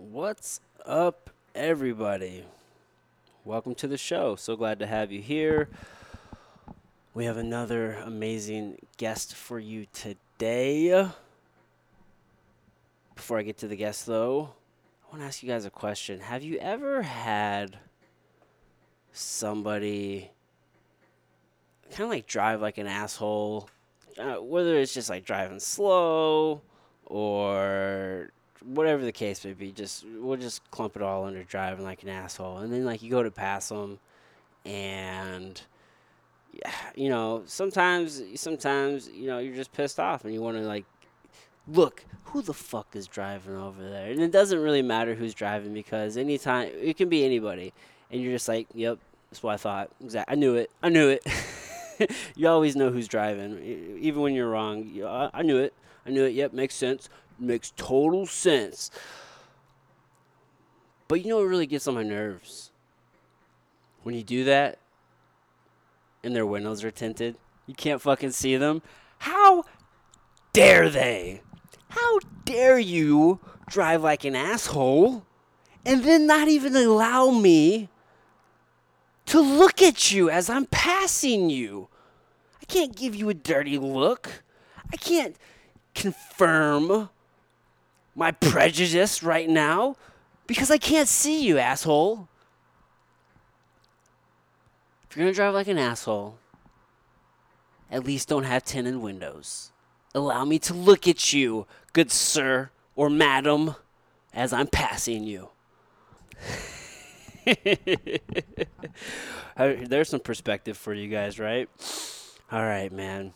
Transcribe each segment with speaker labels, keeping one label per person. Speaker 1: What's up, everybody? Welcome to the show. So glad to have you here. We have another amazing guest for you today. Before I get to the guest, though, I want to ask you guys a question. Have you ever had somebody kind of like drive like an asshole? Uh, whether it's just like driving slow or whatever the case may be, just we'll just clump it all under driving like an asshole, and then like you go to pass them, and yeah, you know sometimes sometimes you know you're just pissed off and you want to like look who the fuck is driving over there, and it doesn't really matter who's driving because anytime it can be anybody, and you're just like, yep, that's what I thought. Exactly, I knew it. I knew it. you always know who's driving, e- even when you're wrong. You- I I knew it. I knew it. Yep, makes sense. Makes total sense. But you know what really gets on my nerves? When you do that and their windows are tinted, you can't fucking see them. How dare they? How dare you drive like an asshole and then not even allow me to look at you as I'm passing you? I can't give you a dirty look. I can't confirm my prejudice right now because I can't see you, asshole. If you're gonna drive like an asshole, at least don't have tinted windows. Allow me to look at you, good sir or madam, as I'm passing you. Uh, There's some perspective for you guys, right? All right, man.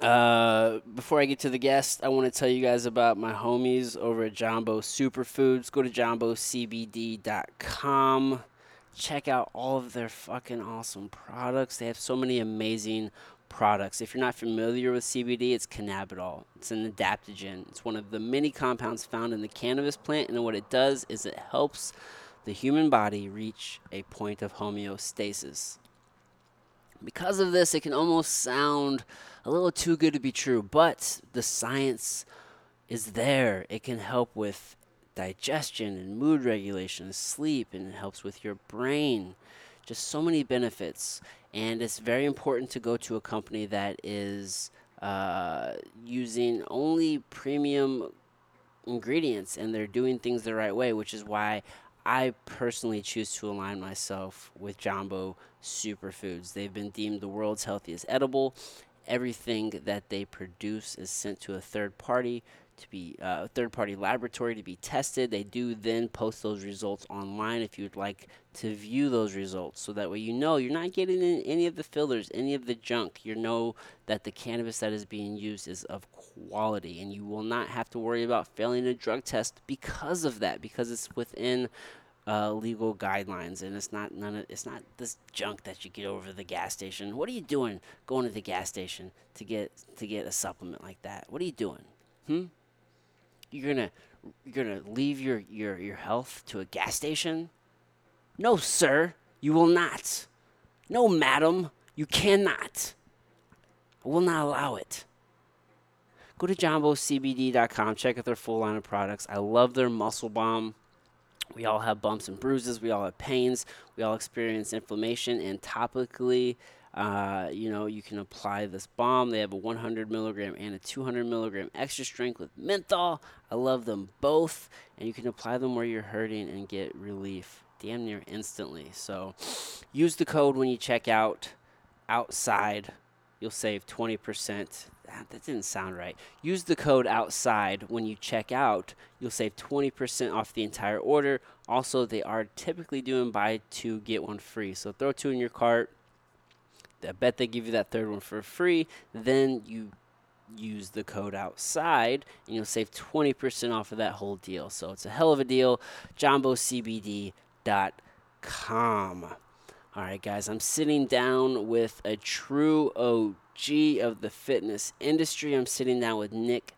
Speaker 1: Uh, before I get to the guest, I want to tell you guys about my homies over at Jumbo Superfoods. Go to jumbocbd.com. Check out all of their fucking awesome products. They have so many amazing products. If you're not familiar with CBD, it's cannabidiol. It's an adaptogen. It's one of the many compounds found in the cannabis plant, and what it does is it helps the human body reach a point of homeostasis. Because of this, it can almost sound a little too good to be true, but the science is there. It can help with digestion and mood regulation, and sleep, and it helps with your brain. Just so many benefits. And it's very important to go to a company that is uh, using only premium ingredients and they're doing things the right way, which is why I personally choose to align myself with Jumbo Superfoods. They've been deemed the world's healthiest edible. Everything that they produce is sent to a third party to be uh, a third party laboratory to be tested. They do then post those results online if you'd like to view those results. So that way you know you're not getting in any of the fillers, any of the junk. You know that the cannabis that is being used is of quality and you will not have to worry about failing a drug test because of that because it's within uh, legal guidelines and it's not none of, it's not this junk that you get over the gas station. What are you doing going to the gas station to get to get a supplement like that? What are you doing? Hmm? you're gonna you're gonna leave your your your health to a gas station no sir you will not no madam you cannot i will not allow it go to jumbocbd.com check out their full line of products i love their muscle bomb we all have bumps and bruises. We all have pains. We all experience inflammation. And topically, uh, you know, you can apply this balm. They have a 100 milligram and a 200 milligram extra strength with menthol. I love them both. And you can apply them where you're hurting and get relief damn near instantly. So use the code when you check out outside. You'll save 20%. That, that didn't sound right. Use the code outside when you check out. You'll save 20% off the entire order. Also, they are typically doing buy two, get one free. So throw two in your cart. I bet they give you that third one for free. Then you use the code outside and you'll save 20% off of that whole deal. So it's a hell of a deal. JumboCBD.com. All right, guys, I'm sitting down with a true OG of the fitness industry. I'm sitting down with Nick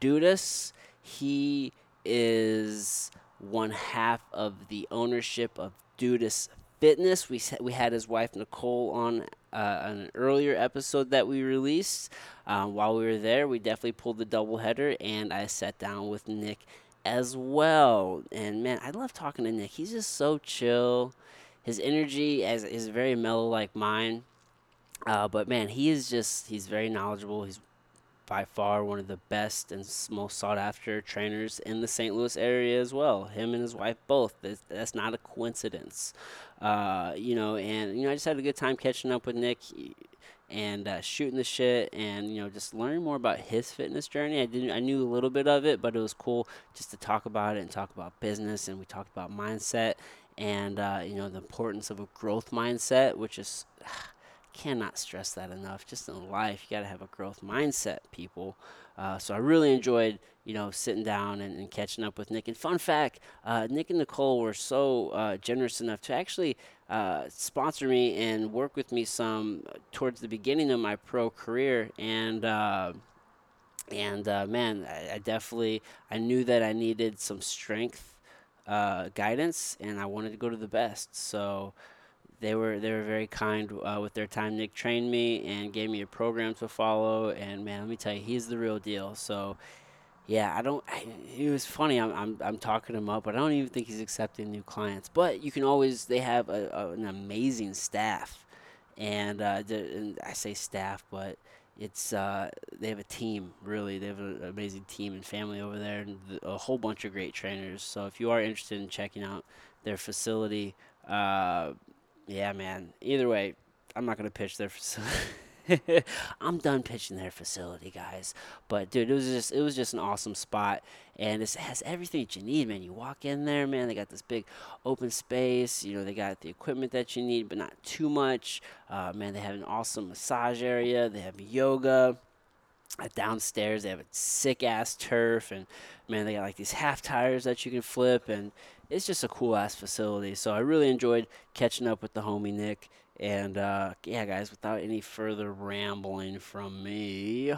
Speaker 1: Dudas. He is one half of the ownership of Dudas Fitness. We, s- we had his wife Nicole on uh, on an earlier episode that we released. Uh, while we were there, we definitely pulled the doubleheader, and I sat down with Nick as well. And man, I love talking to Nick. He's just so chill. His energy is, is very mellow like mine. Uh, but man, he is just, he's very knowledgeable. He's by far one of the best and s- most sought after trainers in the St. Louis area as well. Him and his wife both. That's, that's not a coincidence. Uh, you know, and, you know, I just had a good time catching up with Nick and uh, shooting the shit and you know just learning more about his fitness journey i didn't i knew a little bit of it but it was cool just to talk about it and talk about business and we talked about mindset and uh, you know the importance of a growth mindset which is ah, cannot stress that enough just in life you got to have a growth mindset people uh, so i really enjoyed you know sitting down and, and catching up with nick and fun fact uh, nick and nicole were so uh, generous enough to actually uh, sponsor me and work with me some uh, towards the beginning of my pro career and uh, and uh, man I, I definitely i knew that i needed some strength uh, guidance and i wanted to go to the best so they were they were very kind uh, with their time. Nick trained me and gave me a program to follow, and man, let me tell you, he's the real deal. So, yeah, I don't. I, it was funny. I'm, I'm I'm talking him up, but I don't even think he's accepting new clients. But you can always. They have a, a, an amazing staff, and, uh, the- and I say staff, but it's uh, they have a team. Really, they have an amazing team and family over there, and th- a whole bunch of great trainers. So if you are interested in checking out their facility, uh, yeah, man. Either way, I'm not gonna pitch their facility. I'm done pitching their facility, guys. But dude, it was just it was just an awesome spot, and it has everything that you need, man. You walk in there, man. They got this big open space. You know, they got the equipment that you need, but not too much. Uh, man, they have an awesome massage area. They have yoga uh, downstairs. They have a sick ass turf, and man, they got like these half tires that you can flip, and it's just a cool ass facility. So I really enjoyed catching up with the homie Nick. And uh, yeah, guys, without any further rambling from me,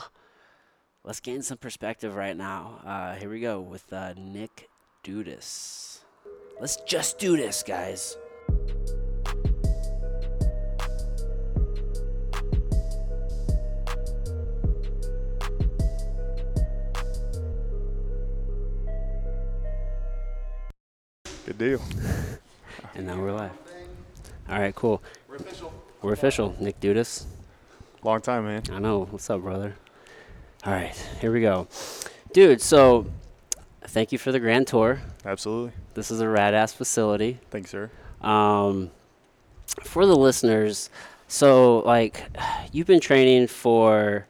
Speaker 1: let's gain some perspective right now. Uh, here we go with uh, Nick Dudas. Let's just do this, guys.
Speaker 2: Good deal.
Speaker 1: And now we're live. All right, cool. We're official. We're official. Nick Dudas.
Speaker 2: Long time, man.
Speaker 1: I know. What's up, brother? All right, here we go. Dude, so thank you for the grand tour.
Speaker 2: Absolutely.
Speaker 1: This is a rad ass facility.
Speaker 2: Thanks, sir.
Speaker 1: Um, for the listeners, so like you've been training for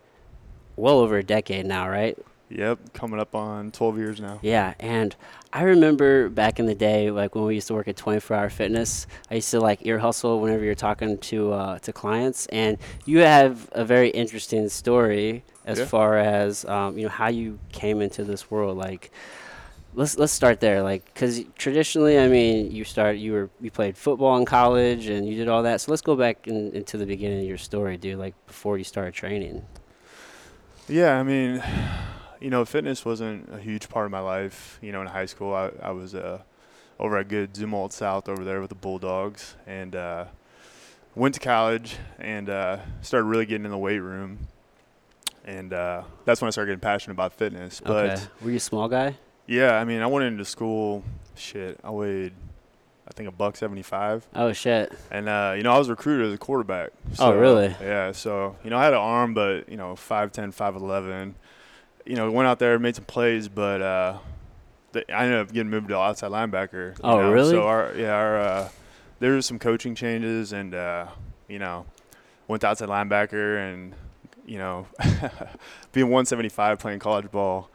Speaker 1: well over a decade now, right?
Speaker 2: Yep, coming up on 12 years now.
Speaker 1: Yeah, and I remember back in the day, like when we used to work at 24 Hour Fitness, I used to like ear hustle whenever you're talking to uh, to clients, and you have a very interesting story as
Speaker 2: Yeah.
Speaker 1: far as um, you know how you came into this world. Like, let's let's start there, like because traditionally, I mean, you start you were you played football in college and you did all that. So let's go back in, into the beginning of your story, dude. Like before you started training.
Speaker 2: Yeah, I mean, you know, fitness wasn't a huge part of my life. You know, in high school, I, I was uh, over at good Zumwalt South over there with the Bulldogs and uh, went to college and uh, started really getting in the weight room. And uh, that's when I started getting passionate about fitness. But
Speaker 1: okay, were you a small guy?
Speaker 2: yeah, I mean, I went into school, shit, I weighed, I think, a buck 75.
Speaker 1: Oh shit.
Speaker 2: And uh, you know, I was recruited as a quarterback. So,
Speaker 1: Oh, really?
Speaker 2: Yeah. So you know, I had an arm, but you know, 5'10", 5'11". You know, went out there, made some plays, but uh, th I ended up getting moved to outside linebacker. you
Speaker 1: Oh,
Speaker 2: know.
Speaker 1: really?
Speaker 2: So our yeah, our uh, there was some coaching changes, and uh, you know, went to outside linebacker, and you know, being 175 playing college ball,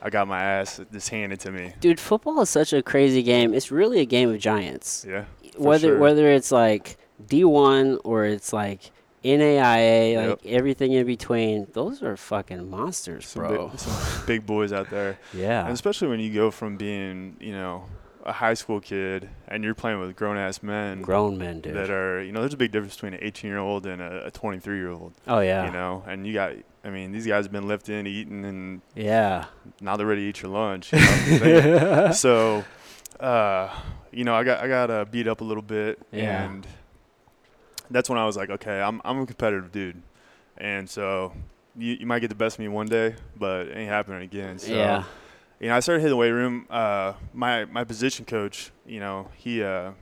Speaker 2: I got my ass just handed to me.
Speaker 1: Dude, football is such a crazy game. It's really a game of giants.
Speaker 2: Yeah. for
Speaker 1: Whether
Speaker 2: sure.
Speaker 1: whether it's like D1 or it's like NAIA,
Speaker 2: Yep.
Speaker 1: like everything in between, those are fucking monsters,
Speaker 2: Some
Speaker 1: bro.
Speaker 2: big- some big boys out there. And
Speaker 1: Yeah.
Speaker 2: especially when you go from being, you know, a high school kid and you're playing with grown ass men
Speaker 1: Grown men, dude.
Speaker 2: that are, you know, there's a big difference between an 18 year old and a 23 year old,
Speaker 1: oh yeah.
Speaker 2: you know, and you got, I mean, these guys have been lifting, eating, and
Speaker 1: Yeah.
Speaker 2: now they're ready to eat your lunch. You know? so, uh, you know, I got I got uh, beat up a little bit,
Speaker 1: Yeah.
Speaker 2: and that's when I was like, okay, I'm I'm a competitive dude, and so you, you might get the best of me one day, but it ain't happening again. So
Speaker 1: yeah.
Speaker 2: you know, I started hitting the weight room. Uh, my my position coach, you know, he uh,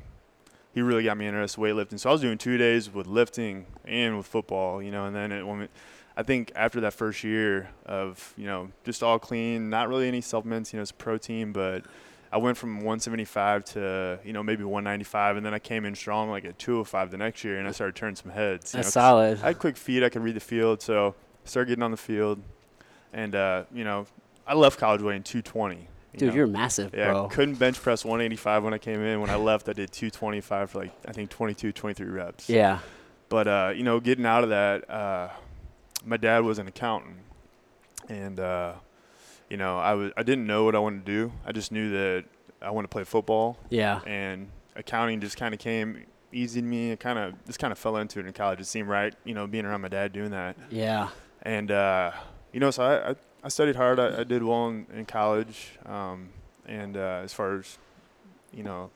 Speaker 2: he really got me interested in weightlifting. So I was doing two days with lifting and with football, you know, and then it, when we, I think after that first year of you know just all clean, not really any supplements, you know, it's protein, but I went from 175 to you know maybe 195, and then I came in strong like at 205 the next year, and I started turning some heads. you
Speaker 1: That's
Speaker 2: know, 'cause
Speaker 1: solid.
Speaker 2: I had quick feet. I could read the field, so I started getting on the field, and uh, you know, I left college weighing 220. You
Speaker 1: Dude,
Speaker 2: know?
Speaker 1: you're massive,
Speaker 2: Yeah,
Speaker 1: bro.
Speaker 2: couldn't bench press 185 when I came in. When I left, I did 225 for like I think 22, 23 reps.
Speaker 1: Yeah.
Speaker 2: But uh, you know, getting out of that, uh, my dad was an accountant, and uh, you know, I was I didn't know what I wanted to do. I just knew that I wanted to play football,
Speaker 1: Yeah.
Speaker 2: and accounting just kind of came easy to me. It kind of just kind of fell into it in college. It seemed right, you know, being around my dad doing that,
Speaker 1: Yeah.
Speaker 2: and uh, you know, so I I, I studied hard. I, I did well in, in college, um, and uh, as far as you know,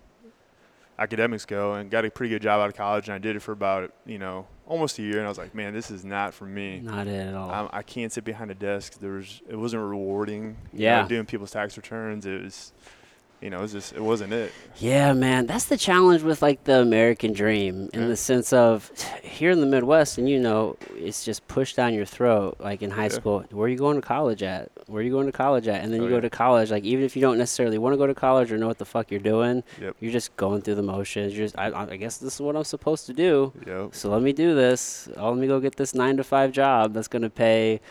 Speaker 2: academics go, and got a pretty good job out of college. And I did it for about you know almost a year, and I was like, man, this is not for me.
Speaker 1: Not it at all.
Speaker 2: I'm, I can't sit behind a desk. There was it wasn't rewarding. you know,
Speaker 1: Yeah.
Speaker 2: doing people's tax returns. It was, you know, it was just it wasn't it.
Speaker 1: Yeah, man, that's the challenge with like the American dream in
Speaker 2: Yeah.
Speaker 1: the sense of here in the Midwest, and you know, it's just pushed down your throat. Like in high
Speaker 2: Yeah.
Speaker 1: school, where are you going to college at? Where are you going to college at? And then
Speaker 2: Oh,
Speaker 1: you go
Speaker 2: yeah.
Speaker 1: to college, like even if you don't necessarily want to go to college or know what the fuck you're doing,
Speaker 2: Yep.
Speaker 1: you're just going through the motions. You're just, I, I guess this is what I'm supposed to do.
Speaker 2: Yep.
Speaker 1: So let me do this. Oh, let me go get this nine to five job that's going to pay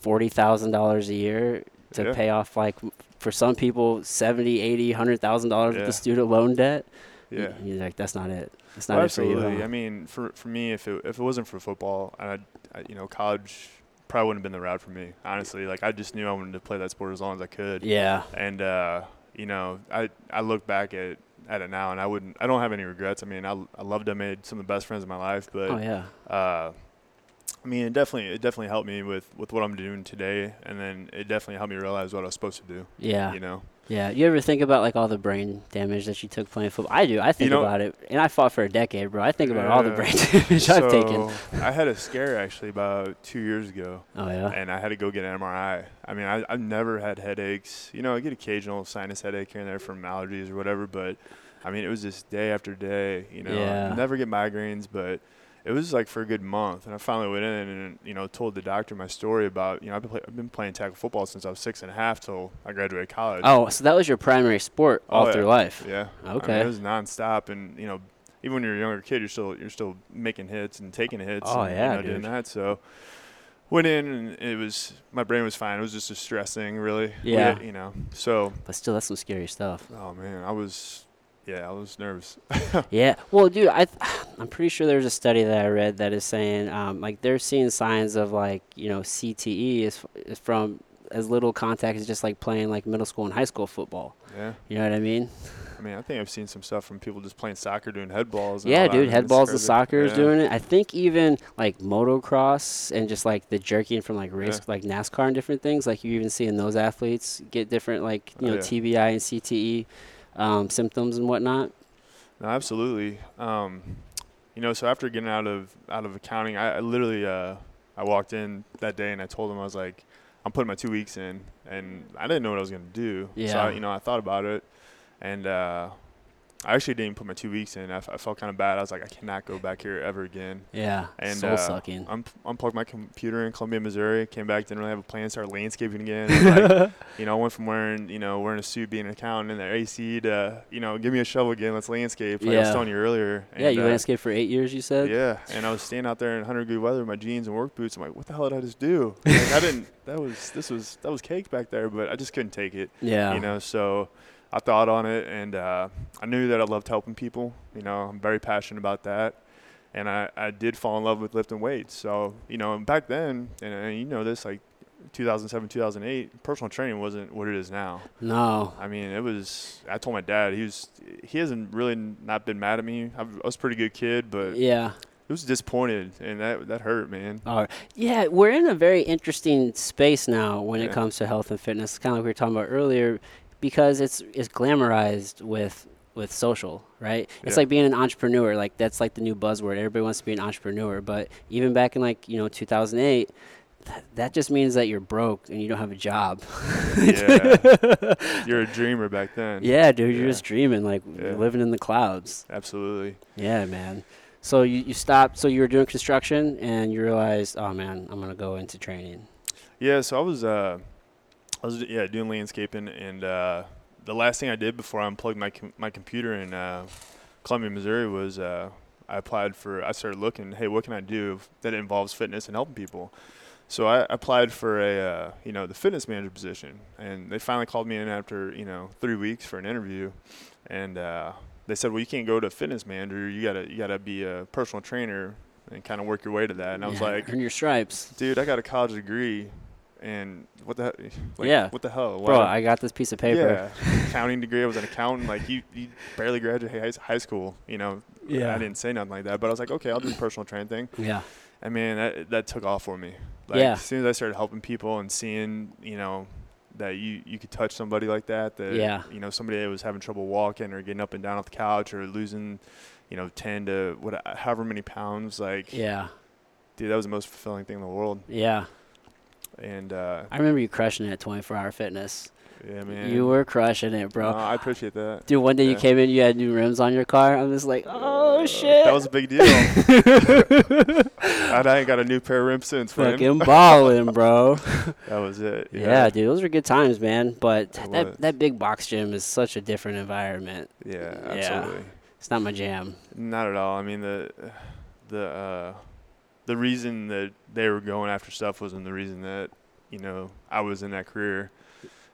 Speaker 1: forty thousand dollars a year to
Speaker 2: Yeah.
Speaker 1: pay off like for some people seventy, eighty, hundred thousand dollars with
Speaker 2: Yeah.
Speaker 1: the student loan debt.
Speaker 2: Yeah.
Speaker 1: And You're like, that's not it. It's not
Speaker 2: Well,
Speaker 1: it for you.
Speaker 2: absolutely.
Speaker 1: huh?
Speaker 2: I mean, for for me, if it if it wasn't for football, I, I you know college probably wouldn't have been the route for me. Honestly, like I just knew I wanted to play that sport as long as I could.
Speaker 1: yeah.
Speaker 2: And uh, you know, I I look back at at it now, and I wouldn't. I don't have any regrets. I mean, I I loved. I made some of the best friends in my life, but
Speaker 1: Oh yeah.
Speaker 2: uh, I mean, it definitely it definitely helped me with with what I'm doing today, and then it definitely helped me realize what I was supposed to do.
Speaker 1: Yeah.
Speaker 2: You know.
Speaker 1: Yeah. You ever think about like all the brain damage that you took playing football? I do. I think
Speaker 2: know-
Speaker 1: about it. And I fought for a decade, bro. I think about all the
Speaker 2: Yeah.
Speaker 1: brain damage I've taken.
Speaker 2: So, I had a scare actually about two years ago.
Speaker 1: Oh yeah.
Speaker 2: and I had to go get an MRI. I mean, I, I've never had headaches. You know, I get occasional sinus headache here and there from allergies or whatever, but I mean, it was just day after day. You know,
Speaker 1: Yeah.
Speaker 2: I never get migraines, but it was like for a good month. And I finally went in and you know told the doctor my story about you know I've been, play, I've been playing tackle football since I was six and a half till I graduated college.
Speaker 1: Oh, so that was your primary sport all
Speaker 2: Oh, yeah.
Speaker 1: through life.
Speaker 2: Yeah. I
Speaker 1: Okay.
Speaker 2: mean, it was nonstop, and you know, even when you're a younger kid, you're still you're still making hits and taking hits.
Speaker 1: Oh,
Speaker 2: and,
Speaker 1: yeah,
Speaker 2: you know, doing
Speaker 1: dude.
Speaker 2: that. So went in, and it was my brain was fine. It was just a stress thing, really. We
Speaker 1: Yeah.
Speaker 2: had- you know, so
Speaker 1: But still, that's some scary stuff.
Speaker 2: oh man, I was yeah, I was nervous.
Speaker 1: Yeah. Well, dude, I th- I'm pretty sure there's a study that I read that is saying um, like they're seeing signs of like you know CTE is, f- is from as little contact as just like playing like middle school and high school football.
Speaker 2: Yeah,
Speaker 1: You know what I mean?
Speaker 2: I mean, I think I've seen some stuff from people just playing soccer, doing head balls. and
Speaker 1: yeah,
Speaker 2: all that. I
Speaker 1: dude,
Speaker 2: mean,
Speaker 1: head
Speaker 2: it's
Speaker 1: balls to
Speaker 2: crazy.
Speaker 1: soccer is
Speaker 2: Yeah.
Speaker 1: doing it. I think even like motocross and just like the jerking from like race,
Speaker 2: Yeah.
Speaker 1: like NASCAR and different things. Like you're even seeing those athletes get different like you
Speaker 2: Oh,
Speaker 1: know
Speaker 2: yeah.
Speaker 1: TBI and CTE um, symptoms and whatnot.
Speaker 2: No, absolutely. Um, you know, so after getting out of out of accounting, I, I literally uh, I walked in that day and I told them I was like, I'm putting my two weeks in, and I didn't know what I was gonna do. So
Speaker 1: Yeah.
Speaker 2: I, you know, I thought about it, and uh, I actually didn't put my two weeks in. I, f- I felt kind of bad. I was like, I cannot go back here ever again.
Speaker 1: Yeah,
Speaker 2: And,
Speaker 1: soul
Speaker 2: uh,
Speaker 1: sucking.
Speaker 2: Un- unplugged my computer in Columbia, Missouri. Came back, didn't really have a plan. Started landscaping again. Like, you know, I went from wearing you know wearing a suit, being an accountant in the AC to you know give me a shovel again. Let's landscape. Like I was
Speaker 1: Yeah.
Speaker 2: telling you earlier. And,
Speaker 1: yeah, you
Speaker 2: uh,
Speaker 1: landscaped for eight years. You said.
Speaker 2: Yeah, and I was standing out there in 100 degree weather, with my jeans and work boots. I'm like, what the hell did I just do? Like, I didn't. That was this was that was cake back there, but I just couldn't take it.
Speaker 1: Yeah.
Speaker 2: You know, so I thought on it, and uh, I knew that I loved helping people. You know, I'm very passionate about that, and I, I did fall in love with lifting weights. So you know, and back then, and, and you know this, like 2007, 2008, personal training wasn't what it is now.
Speaker 1: No.
Speaker 2: I mean, it was. I told my dad he was. He hasn't really not been mad at me. I was a pretty good kid, but he
Speaker 1: Yeah.
Speaker 2: was disappointed, and that that hurt, man.
Speaker 1: All right. Yeah, we're in a very interesting space now when it
Speaker 2: Yeah.
Speaker 1: comes to health and fitness, kind of like we were talking about earlier, because it's it's glamorized with with social, right? It's
Speaker 2: Yeah.
Speaker 1: like being an entrepreneur. Like that's like the new buzzword. Everybody wants to be an entrepreneur, but even back in like you know 2008. That, that just means that you're broke and you don't have a job.
Speaker 2: Yeah. You're a dreamer back then.
Speaker 1: yeah, dude, you're
Speaker 2: Yeah.
Speaker 1: just dreaming, like
Speaker 2: Yeah.
Speaker 1: you're living in the clouds.
Speaker 2: Absolutely.
Speaker 1: Yeah, man. So you, you stopped. So you were doing construction, and you realized, oh man, I'm gonna go into training.
Speaker 2: Yeah, so I was uh I was yeah, doing landscaping and uh the last thing I did before I unplugged my com- my computer in uh Columbia, Missouri was uh I applied for I started looking, hey, what can I do that involves fitness and helping people? So I applied for a uh, you know, the fitness manager position and they finally called me in after, you know, 3 weeks for an interview and uh they said, "Well, you can't go to fitness manager. You gotta, you gotta be a personal trainer and kind of work your way to that." And I was
Speaker 1: Yeah,
Speaker 2: like,
Speaker 1: earn your stripes,
Speaker 2: dude, I got a college degree, and what the he- like,
Speaker 1: Yeah.
Speaker 2: what the hell,
Speaker 1: bro.
Speaker 2: Why-
Speaker 1: I got this piece of paper.
Speaker 2: yeah, accounting degree. I was an accountant. Like you, you barely graduated high- high school. You know,
Speaker 1: Yeah.
Speaker 2: I didn't say nothing like that, but I was like, okay, I'll do the personal training thing.
Speaker 1: yeah.
Speaker 2: And man, that that took off for me. Like,
Speaker 1: Yeah.
Speaker 2: As soon as I started helping people and seeing, you know, that you you could touch somebody like that, that
Speaker 1: Yeah.
Speaker 2: you know somebody that was having trouble walking or getting up and down off the couch or losing, you know, ten to what however many pounds. Like,
Speaker 1: Yeah,
Speaker 2: dude, that was the most fulfilling thing in the world.
Speaker 1: yeah.
Speaker 2: And uh,
Speaker 1: I remember you crushing it at 24 Hour Fitness.
Speaker 2: yeah, man,
Speaker 1: You were crushing it, bro.
Speaker 2: No, I appreciate that.
Speaker 1: Dude, one day you
Speaker 2: yeah.
Speaker 1: came in, you had new rims on your car. I'm just like, oh
Speaker 2: Uh,
Speaker 1: shit.
Speaker 2: That was a big deal. and I ain't got a new pair of rims since, man.
Speaker 1: fucking balling, bro.
Speaker 2: That was it.
Speaker 1: yeah. dude, those were good times, man. But
Speaker 2: It was.
Speaker 1: that that big box gym is such a different environment.
Speaker 2: Yeah,
Speaker 1: Yeah.
Speaker 2: absolutely.
Speaker 1: It's not my jam.
Speaker 2: Not at all. I mean the the uh, the reason that they were going after stuff wasn't the reason that you know I was in that career.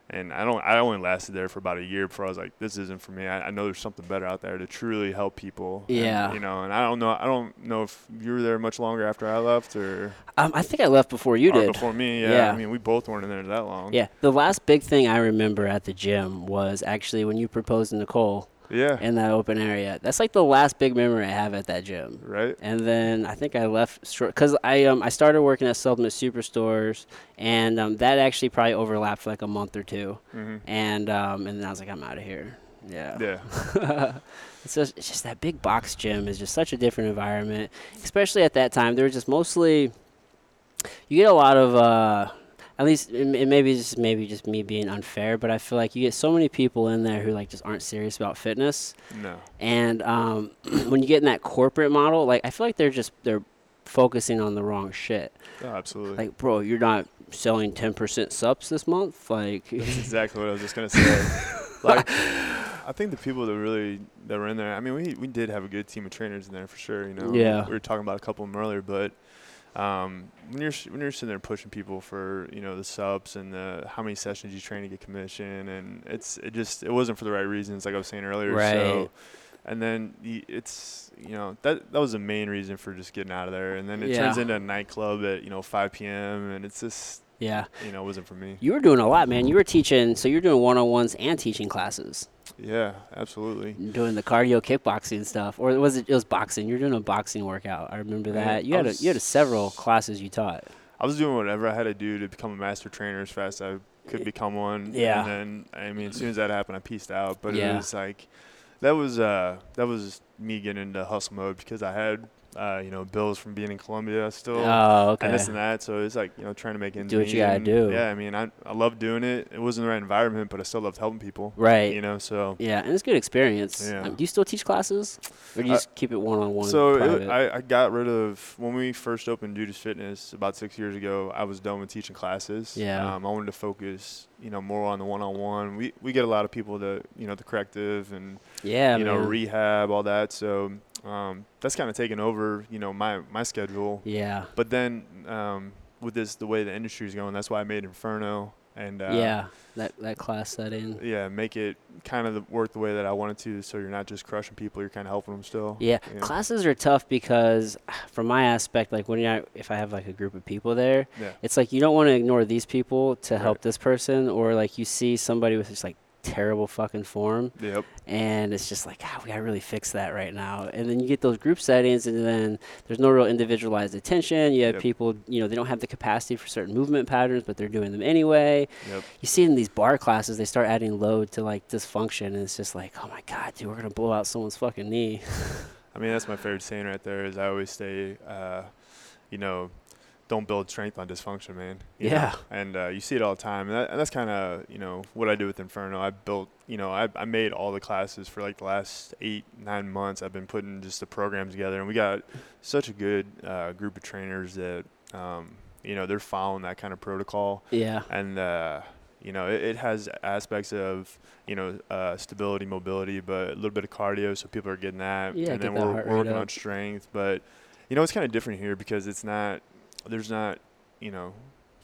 Speaker 2: And I don't. I only lasted there for about a year before I was like, "This isn't for me." I, I know there's something better out there to truly help people. and,
Speaker 1: Yeah.
Speaker 2: you know, and I don't know. I don't know if you were there much longer after I left, or
Speaker 1: Um, I think I left before you
Speaker 2: or
Speaker 1: did.
Speaker 2: before me. Yeah.
Speaker 1: Yeah.
Speaker 2: I mean, we both weren't in there that long.
Speaker 1: Yeah, the last big thing I remember at the gym was actually when you proposed to Nicole
Speaker 2: Yeah.
Speaker 1: in that open area. That's like the last big memory I have at that gym.
Speaker 2: right.
Speaker 1: And then I think I left short because I um I started working at supplement superstores, and um, that actually probably overlapped for like a month or two,
Speaker 2: hmm
Speaker 1: and um and then I was like I'm out of here. Yeah.
Speaker 2: Yeah.
Speaker 1: it's, just, it's just that big box gym is just such a different environment, especially at that time. There was just mostly you get a lot of uh at least it, it maybe just maybe just me being unfair, but I feel like you get so many people in there who like just aren't serious about fitness.
Speaker 2: No.
Speaker 1: And um, when you get in that corporate model, like I feel like they're just they're focusing on the wrong shit.
Speaker 2: No, absolutely.
Speaker 1: Like, bro, you're not selling 10% subs this month. Like,
Speaker 2: That's exactly what I was just gonna say. like, I think the people that really that were in there. I mean, we we did have a good team of trainers in there for sure. You know.
Speaker 1: Yeah.
Speaker 2: We were talking about a couple of them earlier, but. Um, when you're s- when you're sitting there pushing people for you know the subs and the how many sessions you train to get commission and it's it just it wasn't for the right reasons like I was saying earlier
Speaker 1: Right.
Speaker 2: so and then y- it's you know that that was the main reason for just getting out of there and then it
Speaker 1: Yeah.
Speaker 2: turns into a nightclub at you know 5 p.m. and it's just
Speaker 1: yeah,
Speaker 2: you know, it wasn't for me.
Speaker 1: you were doing a lot, man. You were teaching, so you're doing one on ones and teaching classes,
Speaker 2: Yeah, absolutely.
Speaker 1: doing the cardio kickboxing stuff, or was it it was boxing? You're doing a boxing workout. I remember
Speaker 2: Yeah,
Speaker 1: that. You
Speaker 2: I
Speaker 1: had a, you had a
Speaker 2: was-
Speaker 1: several classes you taught.
Speaker 2: I was doing whatever I had to do to become a master trainer as fast as I could become one.
Speaker 1: Yeah.
Speaker 2: And then I mean, as soon as that happened, I pieced out. But
Speaker 1: Yeah.
Speaker 2: it was like that was uh that was me getting into hustle mode because I had uh you know bills from being in Colombia still.
Speaker 1: Oh, okay.
Speaker 2: And this and that, so it's like you know trying to make ends
Speaker 1: Do what you
Speaker 2: meet,
Speaker 1: gotta
Speaker 2: and
Speaker 1: do.
Speaker 2: Yeah, I mean, I I love doing it. It wasn't the right environment, but I still loved helping people.
Speaker 1: Right.
Speaker 2: You know, so
Speaker 1: Yeah, and it's a good experience.
Speaker 2: Yeah.
Speaker 1: Um, do you still teach classes, or do you
Speaker 2: Uh,
Speaker 1: just keep it one on one?
Speaker 2: So it, I, I got rid of when we first opened Judas Fitness about six years ago. I was done with teaching classes.
Speaker 1: Yeah.
Speaker 2: Um, I wanted to focus, you know, more on the one-on-one. We we get a lot of people to, you know, the corrective and
Speaker 1: yeah,
Speaker 2: you know
Speaker 1: man.
Speaker 2: rehab, all that. So um, that's kind of taken over, you know, my my schedule.
Speaker 1: yeah.
Speaker 2: But then um, with this, the way the industry is going, that's why I made Inferno and uh,
Speaker 1: yeah, that that class setting.
Speaker 2: yeah, make it kind of the, work the way that I wanted to. So you're not just crushing people; you're kind of helping them still.
Speaker 1: Yeah,
Speaker 2: Yeah.
Speaker 1: classes are tough because, from my aspect, like when I if I have like a group of people there,
Speaker 2: Yeah.
Speaker 1: it's like you don't want to ignore these people to help
Speaker 2: Right.
Speaker 1: this person, or like you see somebody with just like terrible fucking form,
Speaker 2: Yep.
Speaker 1: and it's just like God, we gotta really fix that right now. And then you get those group settings, and then there's no real individualized attention. You have
Speaker 2: Yep.
Speaker 1: people, you know, they don't have the capacity for certain movement patterns, but they're doing them anyway.
Speaker 2: Yep.
Speaker 1: you see in these bar classes they start adding load to like dysfunction and it's just like oh my god dude we're gonna blow out someone's fucking knee
Speaker 2: I mean, that's my favorite saying right there. Is I always say, uh, you know, don't build strength on dysfunction, man.
Speaker 1: you know? Yeah.
Speaker 2: And uh, you see it all the time. And, that, and that's kind of, you know, what I do with Inferno. I built, you know, I, I made all the classes for like the last eight, nine months. I've been putting just the program together. And we got such a good uh, group of trainers that, um, you know, they're following that kind of protocol.
Speaker 1: Yeah.
Speaker 2: And, uh, you know, it, it has aspects of, you know, uh, stability, mobility, but a little bit of cardio. So people are getting that.
Speaker 1: Yeah, get
Speaker 2: and then
Speaker 1: that
Speaker 2: we're,
Speaker 1: heart
Speaker 2: we're
Speaker 1: rate
Speaker 2: working
Speaker 1: up.
Speaker 2: on strength. But, you know, it's kind of different here because it's not, there's not, you know,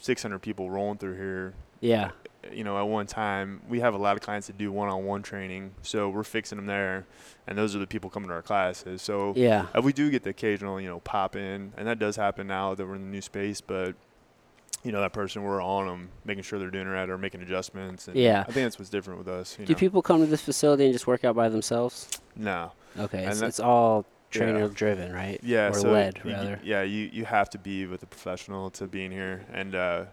Speaker 2: 600 people rolling through here,
Speaker 1: Yeah.
Speaker 2: you know, at one time. We have a lot of clients that do one on one training. So we're fixing them there. And those are the people coming to our classes. So
Speaker 1: Yeah.
Speaker 2: uh, we do get the occasional, you know, pop in. And that does happen now that we're in the new space. But, you know, that person, we're on them, making sure they're doing it right or making adjustments. And
Speaker 1: Yeah.
Speaker 2: I think that's what's different with us. You
Speaker 1: Do
Speaker 2: know?
Speaker 1: people come to this facility and just work out by themselves?
Speaker 2: no.
Speaker 1: Okay.
Speaker 2: And
Speaker 1: It's,
Speaker 2: that-
Speaker 1: it's all
Speaker 2: Yeah.
Speaker 1: trainer driven, right?
Speaker 2: Yeah.
Speaker 1: Or
Speaker 2: so
Speaker 1: led,
Speaker 2: you-
Speaker 1: rather.
Speaker 2: Yeah, you, you have to be with a professional to be in here. And, uh, uh,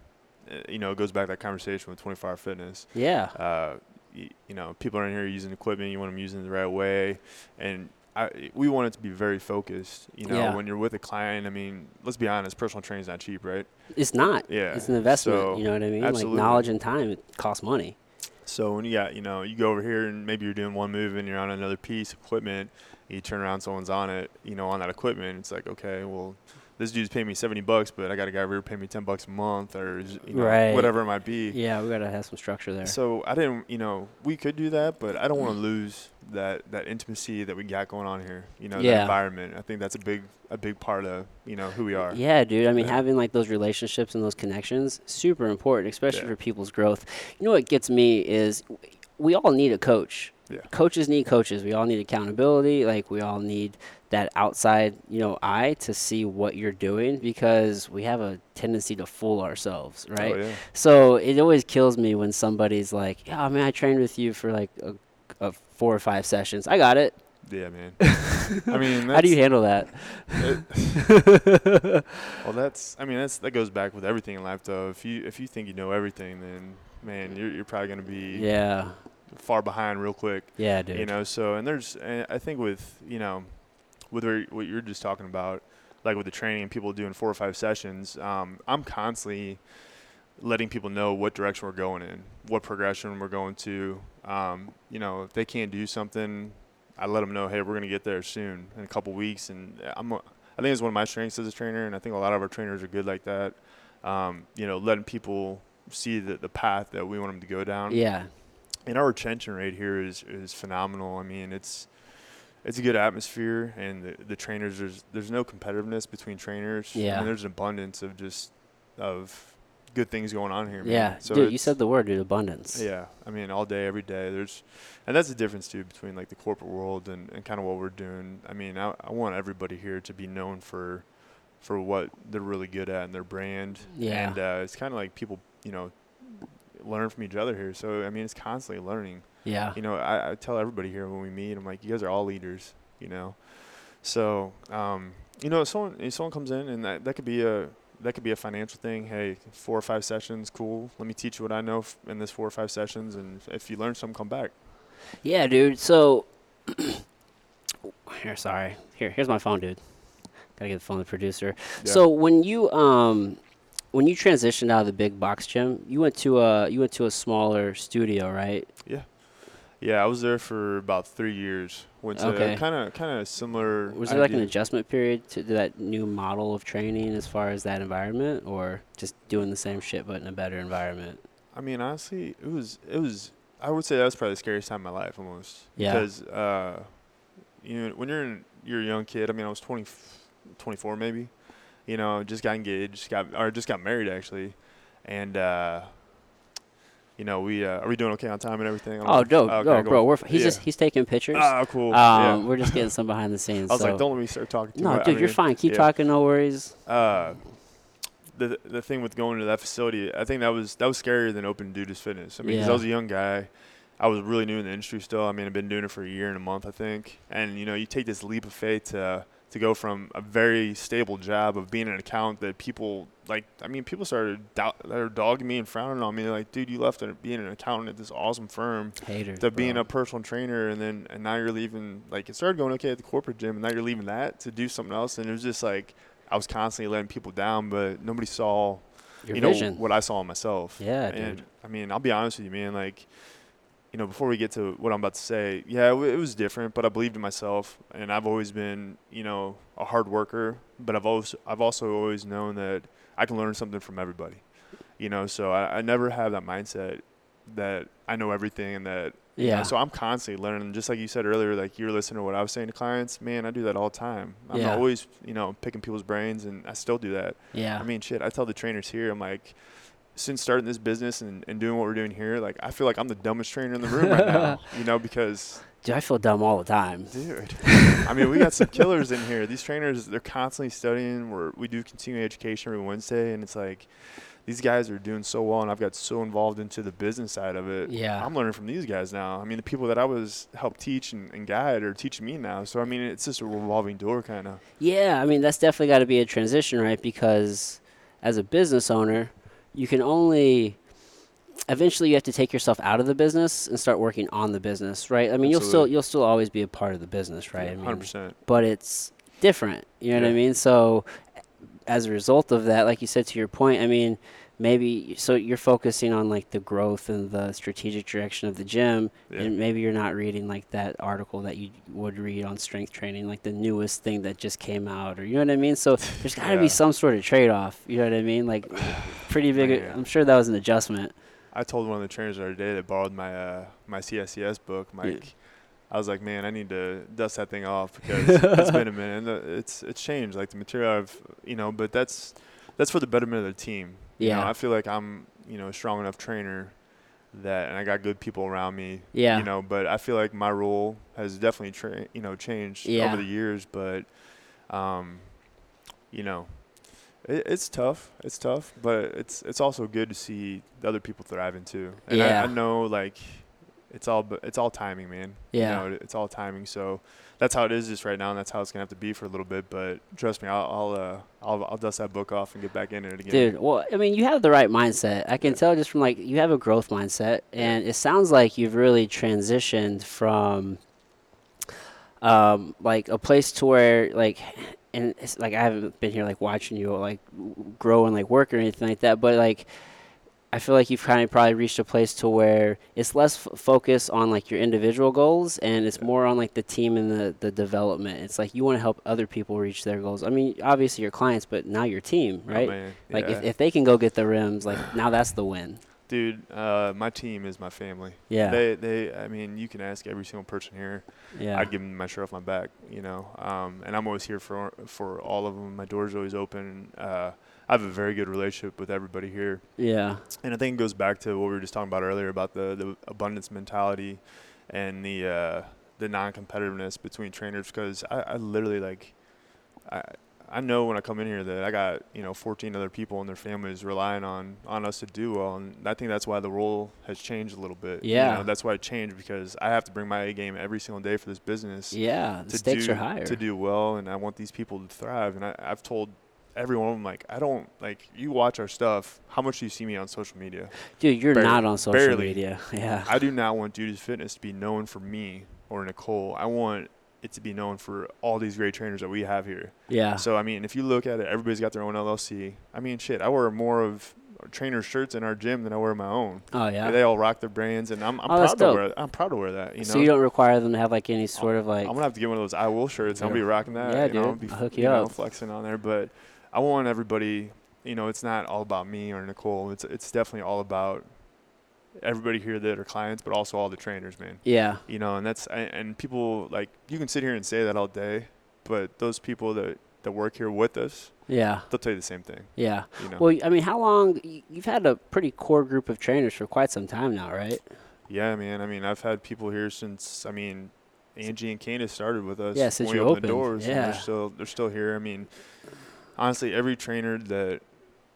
Speaker 2: you know, it goes back to that conversation with 24 Hour Fitness.
Speaker 1: Yeah.
Speaker 2: uh, y- you know, people are in here using equipment. You want them using it the right way, and I, we want it to be very focused. You know,
Speaker 1: Yeah.
Speaker 2: when you're with a client, I mean, let's be honest, personal training's not cheap, right?
Speaker 1: It's not.
Speaker 2: Yeah.
Speaker 1: It's an investment.
Speaker 2: So,
Speaker 1: you know what I mean?
Speaker 2: absolutely.
Speaker 1: Like knowledge and time, it costs money.
Speaker 2: so when you got, you know, you go over here and maybe you're doing one move and you're on another piece of equipment. You turn around, someone's on it. You know, on that equipment, it's like, okay, well. This dude's paying me seventy bucks, but I got a guy over here paying me ten bucks a month, or you know,
Speaker 1: Right.
Speaker 2: whatever it might be.
Speaker 1: Yeah, we gotta have some structure there.
Speaker 2: So I didn't, you know, we could do that, but I don't want to lose that that intimacy that we got going on here. You know,
Speaker 1: Yeah.
Speaker 2: the environment. I think that's a big a big part of you know who we are.
Speaker 1: Yeah, dude. I mean,
Speaker 2: Yeah.
Speaker 1: having like those relationships and those connections, super important, especially
Speaker 2: Yeah.
Speaker 1: for people's growth. You know what gets me is w- we all need a coach.
Speaker 2: Yeah.
Speaker 1: Coaches need coaches. We all need accountability. Like we all need that outside, you know, eye to see what you're doing because we have a tendency to fool ourselves, right?
Speaker 2: Oh, yeah.
Speaker 1: So it always kills me when somebody's like, "Yeah, man, I trained with you for like a, a four or five sessions. I got it."
Speaker 2: Yeah, man. I mean, that's,
Speaker 1: How do you handle that?
Speaker 2: well, that's. I mean, that's that goes back with everything in life, though. If you if you think you know everything, then man, you're you're probably gonna be
Speaker 1: Yeah,
Speaker 2: far behind real quick.
Speaker 1: yeah, dude.
Speaker 2: You know, so and there's, and I think with you know, with where- what you're just talking about, like with the training, people doing four or five sessions. Um, I'm constantly letting people know what direction we're going in, what progression we're going to. Um, you know, if they can't do something, I let them know, hey, we're gonna get there soon in a couple weeks, and I'm. a- I think it's one of my strengths as a trainer, and I think a lot of our trainers are good like that. Um, you know, letting people see the, the path that we want them to go down
Speaker 1: yeah,
Speaker 2: and our retention rate here is is phenomenal. I mean, it's it's a good atmosphere, and the, the trainers there's there's no competitiveness between trainers. I mean,
Speaker 1: Yeah.
Speaker 2: there's an abundance of just of good things going on here. man.
Speaker 1: yeah,
Speaker 2: so
Speaker 1: dude. You
Speaker 2: it's-
Speaker 1: said the word, dude. Abundance.
Speaker 2: yeah, I mean, all day, every day. There's, and that's the difference too between like the corporate world and, and kind of what we're doing. I mean, I, I want everybody here to be known for, for what they're really good at and their brand.
Speaker 1: Yeah.
Speaker 2: And uh, it's kind of like people, you know, learn from each other here. So I mean, it's constantly learning.
Speaker 1: Yeah.
Speaker 2: You know, I, I tell everybody here when we meet, I'm like, you guys are all leaders. You know, so um, you know, if someone if someone comes in and that that could be a that could be a financial thing. Hey, four or five sessions, cool. Let me teach you what I know f- in this four or five sessions, and if you learn something, come back.
Speaker 1: Yeah, dude. So here, sorry. Here, here's my phone, dude. Gotta get the phone to the producer.
Speaker 2: Yeah.
Speaker 1: So when you um when you transitioned out of the big box gym, you went to a you went to a smaller studio, right?
Speaker 2: Yeah, I was there for about three years. Went
Speaker 1: Okay.
Speaker 2: to kind of kind of similar.
Speaker 1: Was there like an
Speaker 2: idea.
Speaker 1: adjustment period to that new model of training as far as that environment, or just doing the same shit but in a better environment?
Speaker 2: I mean, honestly, it was it was. I would say that was probably the scariest time of my life, almost.
Speaker 1: Yeah.
Speaker 2: Because uh, you know, when you're in, you're a young kid. I mean, I was 20, 24 maybe. You know, just got engaged, got or just got married actually, and uh, you know, we uh, are we doing okay on time and everything? I don't
Speaker 1: Oh,
Speaker 2: know.
Speaker 1: dope,
Speaker 2: okay,
Speaker 1: no,
Speaker 2: cool.
Speaker 1: bro. We're f- he's
Speaker 2: Yeah.
Speaker 1: just he's taking pictures.
Speaker 2: Ah, cool.
Speaker 1: um,
Speaker 2: yeah.
Speaker 1: we're just getting some behind the scenes.
Speaker 2: I was
Speaker 1: so.
Speaker 2: like, don't let me start talking. Too
Speaker 1: no,
Speaker 2: much. I
Speaker 1: dude, you're
Speaker 2: mean,
Speaker 1: fine. Keep
Speaker 2: yeah.
Speaker 1: talking. No worries.
Speaker 2: Uh, the the thing with going to that facility, I think that was that was scarier than open Dudas Fitness. I mean, 'cause
Speaker 1: Yeah.
Speaker 2: I was a young guy, I was really new in the industry still. I mean, I've been doing it for a year and a month, I think. And you know, you take this leap of faith to to go from a very stable job of being an account that people like. I mean, people started doubt, they were dogging me and frowning on me. They're like, dude, you left it being an accountant at this awesome firm
Speaker 1: Haters.
Speaker 2: to being
Speaker 1: bro.
Speaker 2: a personal trainer and then and now you're leaving like it started going okay at the corporate gym and now you're leaving that to do something else and it was just like I was constantly letting people down, but nobody saw
Speaker 1: Your
Speaker 2: you
Speaker 1: vision.
Speaker 2: know what I saw in myself.
Speaker 1: Yeah,
Speaker 2: and
Speaker 1: dude.
Speaker 2: I mean, I'll be honest with you, man. Like, you know, before we get to what I'm about to say, yeah, it, w- it was different, but I believed in myself, and I've always been, you know, a hard worker. But I've also, I've also always known that I can learn something from everybody. You know, so I, I never have that mindset that I know everything and that you know,
Speaker 1: yeah.
Speaker 2: so I'm constantly learning. Just like you said earlier, like you're listening to what I was saying to clients. Man, I do that all the time. I'm
Speaker 1: Yeah.
Speaker 2: always, you know, picking people's brains, and I still do that.
Speaker 1: yeah.
Speaker 2: I mean, shit, I tell the trainers here, I'm like, since starting this business and, and doing what we're doing here, like, I feel like I'm the dumbest trainer in the room right now, you know, because,
Speaker 1: dude, I feel dumb all the time.
Speaker 2: dude, I mean, we got some killers in here. These trainers, they're constantly studying. We're, we do continuing education every Wednesday, and it's like, these guys are doing so well, and I've got so involved into the business side of it.
Speaker 1: Yeah.
Speaker 2: I'm learning from these guys now. I mean, the people that I was helped teach and, and guide are teaching me now. So, I mean, it's just a revolving door, kind of.
Speaker 1: Yeah, I mean that's definitely got to be a transition, right? Because as a business owner, you can only eventually you have to take yourself out of the business and start working on the business, right? I mean, you'll still
Speaker 2: Absolutely.
Speaker 1: you'll still always be a part of the business, right? I mean,
Speaker 2: 100%.
Speaker 1: but it's different. You know what I
Speaker 2: Yeah.
Speaker 1: mean? So as a result of that, like you said to your point, I mean, maybe so you're focusing on like the growth and the strategic direction of the gym
Speaker 2: Yeah.
Speaker 1: and maybe you're not reading like that article that you would read on strength training like the newest thing that just came out or you know what I mean? So there's got to
Speaker 2: Yeah.
Speaker 1: be some sort of trade-off, you know what I mean? Like pretty big
Speaker 2: Man.
Speaker 1: I'm sure that was an adjustment.
Speaker 2: I told one of the trainers the other day that borrowed my uh, my CSCS book, Mike. I was like, man, I need to dust that thing off because it's been a minute. And uh, it's it's changed, like the material I've, you know. But that's that's for the betterment of the team. You know,
Speaker 1: Yeah.
Speaker 2: I feel like I'm, you know, a strong enough trainer that, and I got good people around me.
Speaker 1: Yeah.
Speaker 2: You know, but I feel like my role has definitely, tra- you know, changed
Speaker 1: Yeah.
Speaker 2: over the years. But, um, you know, it, it's tough. It's tough, but it's it's also good to see the other people thriving too. And
Speaker 1: Yeah.
Speaker 2: I, I know like it's all bu- it's all timing, man.
Speaker 1: Yeah.
Speaker 2: You know, it's all timing. So that's how it is just right now, and that's how it's gonna have to be for a little bit. But trust me, I'll I'll uh, I'll, I'll dust that book off and get back in it again.
Speaker 1: Dude, well, I mean, you have the right mindset. I can
Speaker 2: Yeah.
Speaker 1: tell just from like you have a growth mindset, and it sounds like you've really transitioned from um, like a place to where like, and it's, like I haven't been here like watching you like w- grow and like work or anything like that, but like. I feel like you've kind of probably reached a place to where it's less f- focus on like your individual goals and it's
Speaker 2: Yeah.
Speaker 1: more on like the team and the, the development. It's like you want to help other people reach their goals. I mean, obviously your clients, but now your team,
Speaker 2: Oh,
Speaker 1: right?
Speaker 2: man.
Speaker 1: Like if,
Speaker 2: Yeah.
Speaker 1: if they can go get the rims, like now that's the win.
Speaker 2: dude, uh, my team is my family.
Speaker 1: Yeah.
Speaker 2: They they I mean, you can ask every single person here.
Speaker 1: yeah.
Speaker 2: I give them my shirt off my back, you know. Um, and I'm always here for for all of them. My door's always open. Uh, I have a very good relationship with everybody here,
Speaker 1: yeah.
Speaker 2: and I think it goes back to what we were just talking about earlier about the, the abundance mentality and the uh, the non-competitiveness between trainers. Because I, I literally like, I I know when I come in here that I got you know 14 other people and their families relying on on us to do well, and I think that's why the role has changed a little bit. You
Speaker 1: Yeah.
Speaker 2: know, that's why it changed because I have to bring my A game every single day for this business
Speaker 1: Yeah. The
Speaker 2: to
Speaker 1: stakes
Speaker 2: do,
Speaker 1: are higher.
Speaker 2: to do well, and I want these people to thrive. And I, I've told everyone, I'm like, I don't like you watch our stuff. How much do you see me on social media?
Speaker 1: Dude, you're
Speaker 2: barely-
Speaker 1: not on social
Speaker 2: barely.
Speaker 1: media. Yeah.
Speaker 2: I do not want Judy's Fitness to be known for me or Nicole. I want it to be known for all these great trainers that we have here.
Speaker 1: yeah.
Speaker 2: So I mean, if you look at it, everybody's got their own LLC. I mean, shit, I wear more of trainer shirts in our gym than I wear my own.
Speaker 1: oh yeah.
Speaker 2: They all rock their brands, and I'm, I'm
Speaker 1: Oh, that's
Speaker 2: proud to
Speaker 1: dope.
Speaker 2: wear. I'm proud to wear that. You know.
Speaker 1: so you don't require them to have like any sort of like
Speaker 2: I'm gonna have to get one of those I will shirts. I'll be
Speaker 1: Yeah.
Speaker 2: rocking that.
Speaker 1: Yeah,
Speaker 2: you know,
Speaker 1: dude.
Speaker 2: be,
Speaker 1: I'll hook you
Speaker 2: know,
Speaker 1: up.
Speaker 2: flexing on there, but I want everybody. You know, it's not all about me or Nicole. It's it's definitely all about everybody here that are clients, but also all the trainers, man.
Speaker 1: Yeah.
Speaker 2: You know, and that's and, and people like you can sit here and say that all day, but those people that that work here with us,
Speaker 1: Yeah.
Speaker 2: they'll tell you the same thing.
Speaker 1: Yeah.
Speaker 2: You know,
Speaker 1: Well, I mean, how long y- you've had a pretty core group of trainers for quite some time now, right?
Speaker 2: yeah, man. I mean, I've had people here since I mean. Angie and Candace started with us.
Speaker 1: Yeah, since
Speaker 2: when we
Speaker 1: you
Speaker 2: opened the
Speaker 1: opened.
Speaker 2: doors, and
Speaker 1: Yeah.
Speaker 2: they're still they're still here. I mean, honestly, every trainer that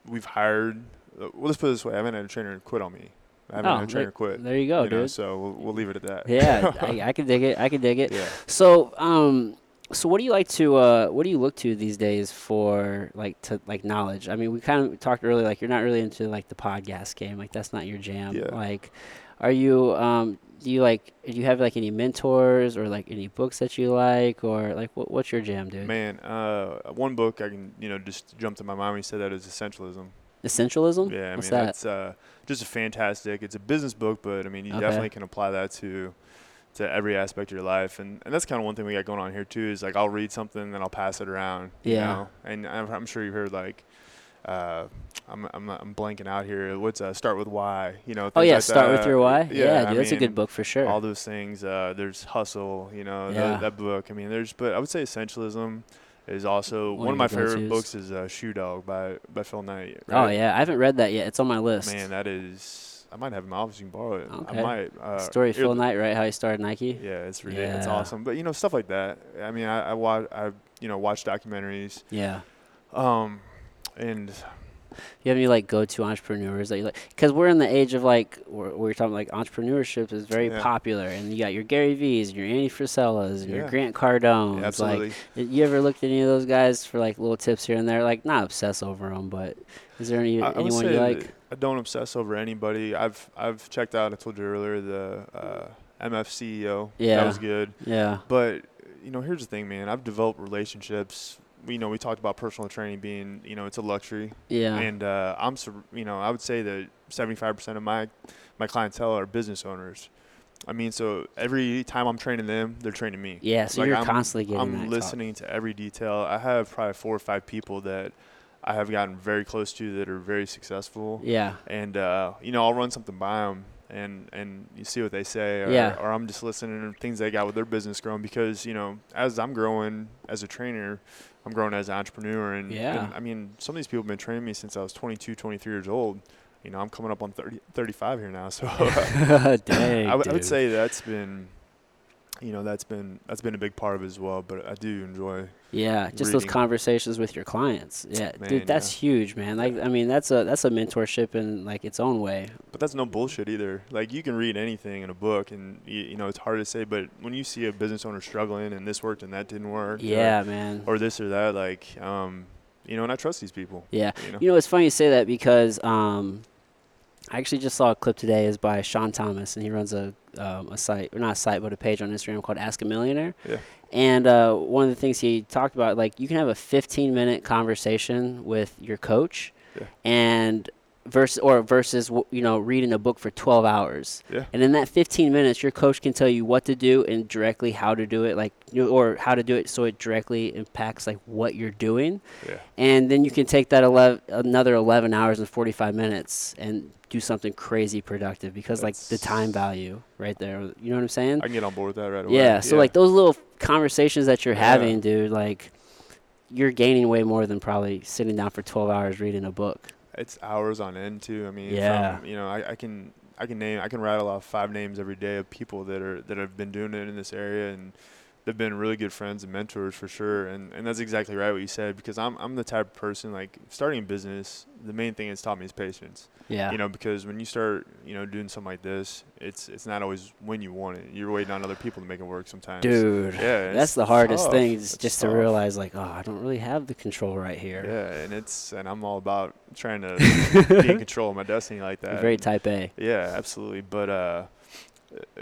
Speaker 2: we've hired, uh, well, let's put it this way: I haven't had a trainer quit on me. I haven't
Speaker 1: Oh,
Speaker 2: had a trainer quit.
Speaker 1: There you go,
Speaker 2: you
Speaker 1: dude.
Speaker 2: know, so we'll, we'll leave it at that.
Speaker 1: Yeah, I, I can dig it. I can dig it.
Speaker 2: yeah.
Speaker 1: So, um, so what do you like to, uh, what do you look to these days for, like, to like knowledge? I mean, we kind of talked earlier, like, you're not really into like the podcast game, like that's not your jam.
Speaker 2: Yeah.
Speaker 1: Like, are you, um, do you like do you have like any mentors or like any books that you like or like what, what's your jam dude
Speaker 2: Man, uh, one book I can you know just jumped to my mind when you said that is Essentialism.
Speaker 1: essentialism
Speaker 2: Yeah, I
Speaker 1: what's
Speaker 2: mean
Speaker 1: that
Speaker 2: that's uh, just a fantastic. It's a business book, but I mean you
Speaker 1: Okay.
Speaker 2: definitely can apply that to to every aspect of your life, and and that's kind of one thing we got going on here too. Is like I'll read something, then I'll pass it around. you
Speaker 1: Yeah.
Speaker 2: know? and I'm, I'm sure you've heard like. Uh, I'm, I'm I'm blanking out here. What's uh, start with why? You know.
Speaker 1: oh
Speaker 2: things
Speaker 1: yeah
Speaker 2: like
Speaker 1: start with
Speaker 2: that.
Speaker 1: your why yeah,
Speaker 2: I
Speaker 1: dude that's a
Speaker 2: mean,
Speaker 1: good book for sure
Speaker 2: all those things. Uh, there's hustle, you know, tha-
Speaker 1: Yeah.
Speaker 2: that book. I mean, there's, but I would say essentialism is also
Speaker 1: One of
Speaker 2: one, of
Speaker 1: your
Speaker 2: my
Speaker 1: go-tos.
Speaker 2: favorite books is uh, Shoe Dog by by Phil Knight.
Speaker 1: oh
Speaker 2: right?
Speaker 1: yeah i haven't read that yet it's on my list
Speaker 2: man, that is. I might have my office. You can borrow it.
Speaker 1: Okay.
Speaker 2: I might. Uh,
Speaker 1: story
Speaker 2: it-
Speaker 1: phil knight right how he started nike
Speaker 2: Yeah, it's ridiculous. It's
Speaker 1: Yeah.
Speaker 2: awesome. But you know, stuff like that. I mean, I, I watch. I you know watch documentaries.
Speaker 1: yeah
Speaker 2: Um, and
Speaker 1: You have any like go-to entrepreneurs that you like? Because we're in the age of like we're, we're talking like entrepreneurship is very
Speaker 2: Yeah.
Speaker 1: popular, and you got your Gary V's, and your Andy Frisellas, and your
Speaker 2: Yeah.
Speaker 1: Grant Cardones.
Speaker 2: yeah,
Speaker 1: Like,
Speaker 2: absolutely.
Speaker 1: you ever looked at any of those guys for like little tips here and there? Like, not obsess over them, but is there any
Speaker 2: I- I would
Speaker 1: anyone you
Speaker 2: say
Speaker 1: like?
Speaker 2: that I don't obsess over anybody. I've I've checked out. I told you earlier the uh, MF CEO.
Speaker 1: Yeah.
Speaker 2: that was good.
Speaker 1: Yeah,
Speaker 2: But you know, here's the thing, man. I've developed relationships. You know, we talked about personal training being, you know, it's a luxury,
Speaker 1: yeah,
Speaker 2: and uh, I'm, sur- you know, I would say that 75% of my my clientele are business owners. I mean, so every time I'm training them, they're training me.
Speaker 1: yeah. So
Speaker 2: like,
Speaker 1: you're
Speaker 2: I'm-
Speaker 1: constantly getting that
Speaker 2: I'm
Speaker 1: talk.
Speaker 2: listening to every detail. I have probably four or five people that I have gotten very close to that are very successful
Speaker 1: Yeah,
Speaker 2: and uh, you know I'll run something by them and and you see what they say or,
Speaker 1: Yeah.
Speaker 2: or I'm just listening to things they got with their business growing because you know as I'm growing as a trainer I'm growing as an entrepreneur and,
Speaker 1: Yeah.
Speaker 2: and I mean some of these people have been training me since I was 22 23 years old you know I'm coming up on 30, 35 here now so I,
Speaker 1: dang.
Speaker 2: w- I would
Speaker 1: dude.
Speaker 2: say that's been you know that's been that's been a big part of it as well but I do enjoy
Speaker 1: Yeah, just those
Speaker 2: reading.
Speaker 1: conversations with your clients. Yeah,
Speaker 2: Man,
Speaker 1: dude, that's huge, man. Like, I mean, that's a that's a mentorship in like its own way.
Speaker 2: But that's no bullshit either. Like you can read anything in a book, and you, you know it's hard to say. But when you see a business owner struggling, and this worked and that didn't work, or-
Speaker 1: Yeah, man.
Speaker 2: or, this or that, like um, you know, and I trust these people.
Speaker 1: Yeah.
Speaker 2: You know,
Speaker 1: You know, it's funny you say that because um, I actually just saw a clip today is by Sean Thomas, and he runs a um, a site, or not a site, but a page on Instagram called Ask a Millionaire.
Speaker 2: Yeah.
Speaker 1: And uh, one of the things he talked about, like, you can have a 15 minute conversation with your coach,
Speaker 2: Yeah.
Speaker 1: and versus or versus w- you know reading a book for 12 hours.
Speaker 2: Yeah.
Speaker 1: And in that 15 minutes, your coach can tell you what to do and directly how to do it, like, you know, or how to do it so it directly impacts like what you're doing
Speaker 2: yeah,
Speaker 1: and then you can take that 11, another 11 hours and 45 minutes and do something crazy productive because like the
Speaker 2: That's-
Speaker 1: time value right there you know what i'm saying
Speaker 2: I can get on board with that right away.
Speaker 1: yeah so like those little conversations that you're
Speaker 2: Yeah.
Speaker 1: having dude like you're gaining way more than probably sitting down for 12 hours reading a book
Speaker 2: it's hours on end too. I mean,
Speaker 1: Yeah.
Speaker 2: from, you know, I, I can I can name I can rattle off five names every day of people that are that have been doing it in this area and they've been really good friends and mentors for sure. And and that's exactly right what you said because I'm I'm the type of person like starting a business. The main thing it's taught me is patience.
Speaker 1: yeah
Speaker 2: You know, because when you start you know doing something like this, it's it's not always when you want it. You're waiting on other people to make it work sometimes.
Speaker 1: dude
Speaker 2: Yeah, it's
Speaker 1: that's the hardest
Speaker 2: tough.
Speaker 1: thing is
Speaker 2: It's
Speaker 1: just to
Speaker 2: tough.
Speaker 1: realize like oh i don't really have the control right here
Speaker 2: Yeah, and it's and I'm all about trying to be in control of my destiny like
Speaker 1: You're
Speaker 2: that. Mm-hmm.
Speaker 1: very type a
Speaker 2: Yeah, absolutely. But uh,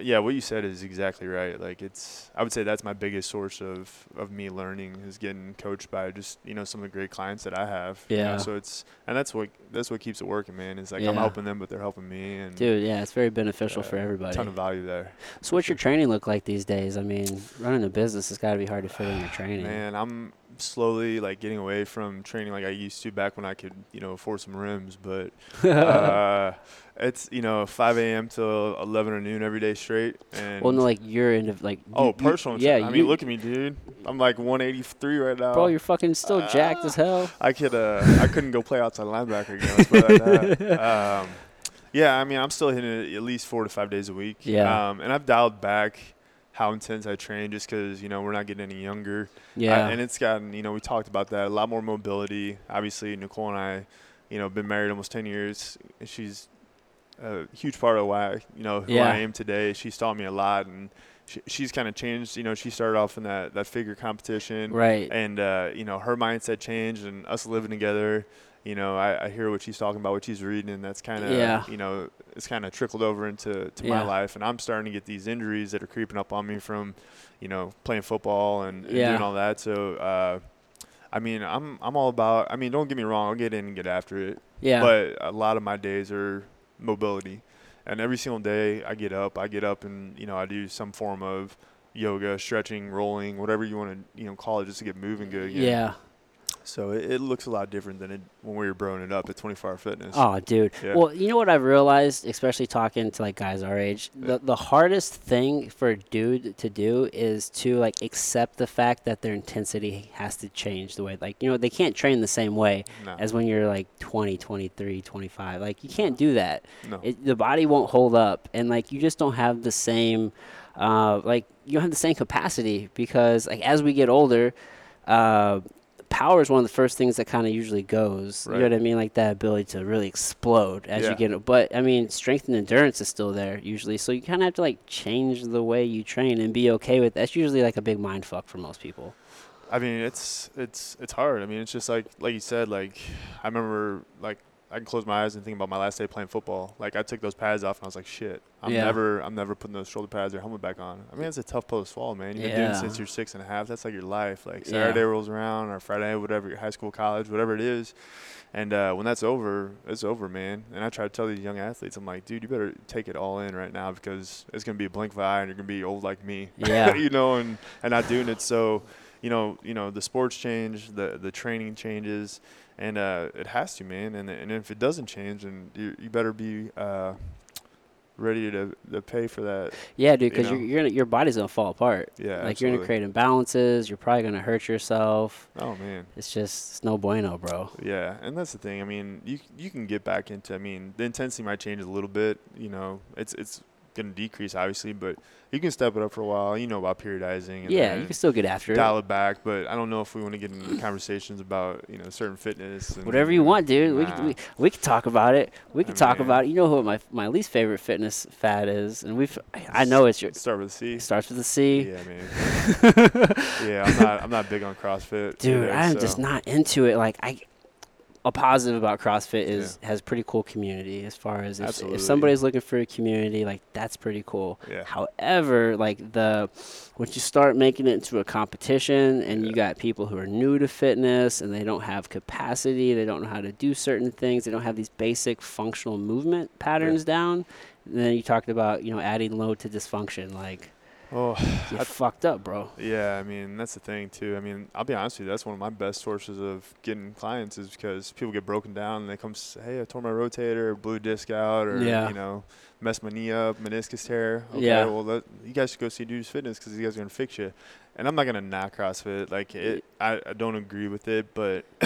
Speaker 2: yeah, what you said is exactly right. Like it's, I would say that's my biggest source of of me learning is getting coached by just you know some of the great clients that I have. you know,
Speaker 1: Yeah.
Speaker 2: so it's and that's what that's what keeps it working, man. It's like I'm
Speaker 1: Yeah.
Speaker 2: helping them, but they're helping me, and
Speaker 1: dude yeah it's very beneficial
Speaker 2: Yeah,
Speaker 1: for everybody
Speaker 2: ton of value there.
Speaker 1: So what's your training look like these days? I mean, running a business has got to be hard to fit in your training.
Speaker 2: Man, I'm slowly like getting away from training like I used to back when I could you know afford some rims, but uh, it's you know 5 a.m. till 11 or noon every day straight. And
Speaker 1: well, no, like you're into like. you-
Speaker 2: Oh,
Speaker 1: you-
Speaker 2: personal.
Speaker 1: Yeah,
Speaker 2: Yeah, I mean, look at me, dude. I'm like 183 right now.
Speaker 1: bro, you're fucking still jacked as hell.
Speaker 2: uh, I could, uh, I couldn't go play outside linebacker again. Let's put it like that. Um, yeah, I mean, I'm still hitting it at least four to five days a week.
Speaker 1: Yeah.
Speaker 2: Um, and I've dialed back how intense I train just because you know we're not getting any younger.
Speaker 1: Yeah,
Speaker 2: I- and it's gotten, you know, we talked about that. A lot more mobility. Obviously, Nicole and I, you know, been married almost 10 years. She's a huge part of why, you know, who
Speaker 1: Yeah.
Speaker 2: I am today. She's taught me a lot and she, she's kind of changed. You know, she started off in that, that figure competition.
Speaker 1: right.
Speaker 2: And, uh, you know, her mindset changed and us living together. you know, I, I hear what she's talking about, what she's reading, and that's kind of,
Speaker 1: Yeah.
Speaker 2: you know, it's kind of trickled over into to
Speaker 1: Yeah.
Speaker 2: my life, and I'm starting to get these injuries that are creeping up on me from, you know, playing football and, and
Speaker 1: Yeah.
Speaker 2: doing all that. So, uh, I mean, I'm I'm all about. I mean, don't get me wrong, I'll get in and get after it,
Speaker 1: Yeah.
Speaker 2: but a lot of my days are mobility, and every single day I get up, I get up, and you know, I do some form of yoga, stretching, rolling, whatever you want to, you know, call it, just to get moving good. Again.
Speaker 1: yeah.
Speaker 2: So it, it looks a lot different than it when we were growing it up at 24 Hour Fitness.
Speaker 1: Oh, dude.
Speaker 2: Yeah.
Speaker 1: Well, you know what I've realized, especially talking to like guys our age, the the hardest thing for a dude to do is to like accept the fact that their intensity has to change the way like you know they can't train the same way
Speaker 2: no,
Speaker 1: as when you're like 20, 23, 25. Like you can't do that.
Speaker 2: no.
Speaker 1: It, the body won't hold up and like you just don't have the same uh like you don't have the same capacity because like as we get older uh power is one of the first things that kind of usually goes you know
Speaker 2: Right.
Speaker 1: what i mean like that ability to really explode as
Speaker 2: Yeah.
Speaker 1: you get but i mean strength and endurance is still there usually so you kind of have to like change the way you train and be okay with that's usually like a big mind fuck for most people
Speaker 2: I mean, it's it's it's hard. I mean, it's just like like you said. Like I remember, like I can close my eyes and think about my last day playing football. Like I took those pads off and I was like, shit, I'm
Speaker 1: Yeah.
Speaker 2: never I'm never putting those shoulder pads or helmet back on. I mean, it's a tough pill to swallow, man. You've been doing it
Speaker 1: Yeah.
Speaker 2: since you're six and a half. That's like your life. Like
Speaker 1: Yeah.
Speaker 2: Saturday rolls around or Friday, whatever, your high school, college, whatever it is. And uh, when that's over, it's over, man. And I try to tell these young athletes, I'm like, dude, you better take it all in right now because it's gonna be a blink of an eye, and you're gonna be old like me.
Speaker 1: Yeah.
Speaker 2: you know, and and not doing it. So, you know, you know, the sports change, the the training changes, and uh, it has to, man. And and if it doesn't change, then you you better be uh, ready to to pay for that.
Speaker 1: yeah dude
Speaker 2: You
Speaker 1: because
Speaker 2: know.
Speaker 1: you're, you're gonna your body's gonna fall apart
Speaker 2: Yeah,
Speaker 1: like you're gonna
Speaker 2: absolutely.
Speaker 1: create imbalances you're probably gonna hurt yourself
Speaker 2: Oh man,
Speaker 1: it's just it's no bueno bro
Speaker 2: yeah, and that's the thing. I mean, you you can get back into. I mean, the intensity might change a little bit. You know, it's it's gonna decrease obviously, but you can step it up for a while. You know about periodizing. And
Speaker 1: Yeah,
Speaker 2: then
Speaker 1: you can still get after
Speaker 2: Dial
Speaker 1: it.
Speaker 2: it back, but I don't know if we want to get into conversations about you know certain fitness. And,
Speaker 1: Whatever you want, dude. We,
Speaker 2: Nah.
Speaker 1: could, we we could talk about it. We
Speaker 2: I
Speaker 1: could talk
Speaker 2: mean-
Speaker 1: about it. You know what my my least favorite fitness fad is, and we've I I know it's your
Speaker 2: Start with a C.
Speaker 1: it starts with a C.
Speaker 2: Yeah, man. yeah, I'm not. I'm not big on CrossFit.
Speaker 1: Dude,
Speaker 2: either,
Speaker 1: I'm
Speaker 2: so-
Speaker 1: just not into it. Like I, a positive about CrossFit is has pretty cool community as far as if,
Speaker 2: Absolutely.
Speaker 1: if somebody's looking for a community, like that's pretty cool.
Speaker 2: Yeah.
Speaker 1: However, like the once you start making it into a competition and you got people who are new to fitness and they don't have capacity, they don't know how to do certain things, they don't have these basic functional movement patterns down. And then you talked about, you know, adding load to dysfunction, like
Speaker 2: Oh,
Speaker 1: you
Speaker 2: I-
Speaker 1: fucked up, bro.
Speaker 2: yeah. I mean, that's the thing too. I mean, I'll be honest with you. That's one of my best sources of getting clients is because people get broken down and they come say, "Hey, I tore my rotator, or blew a disc out, or
Speaker 1: Yeah.
Speaker 2: you know, messed my knee up, meniscus tear." Okay,
Speaker 1: Yeah.
Speaker 2: Well, let, you guys should go see Dude's Fitness because you guys are gonna fix you. And I'm not gonna knock CrossFit. Like it, I, I don't agree with it, but.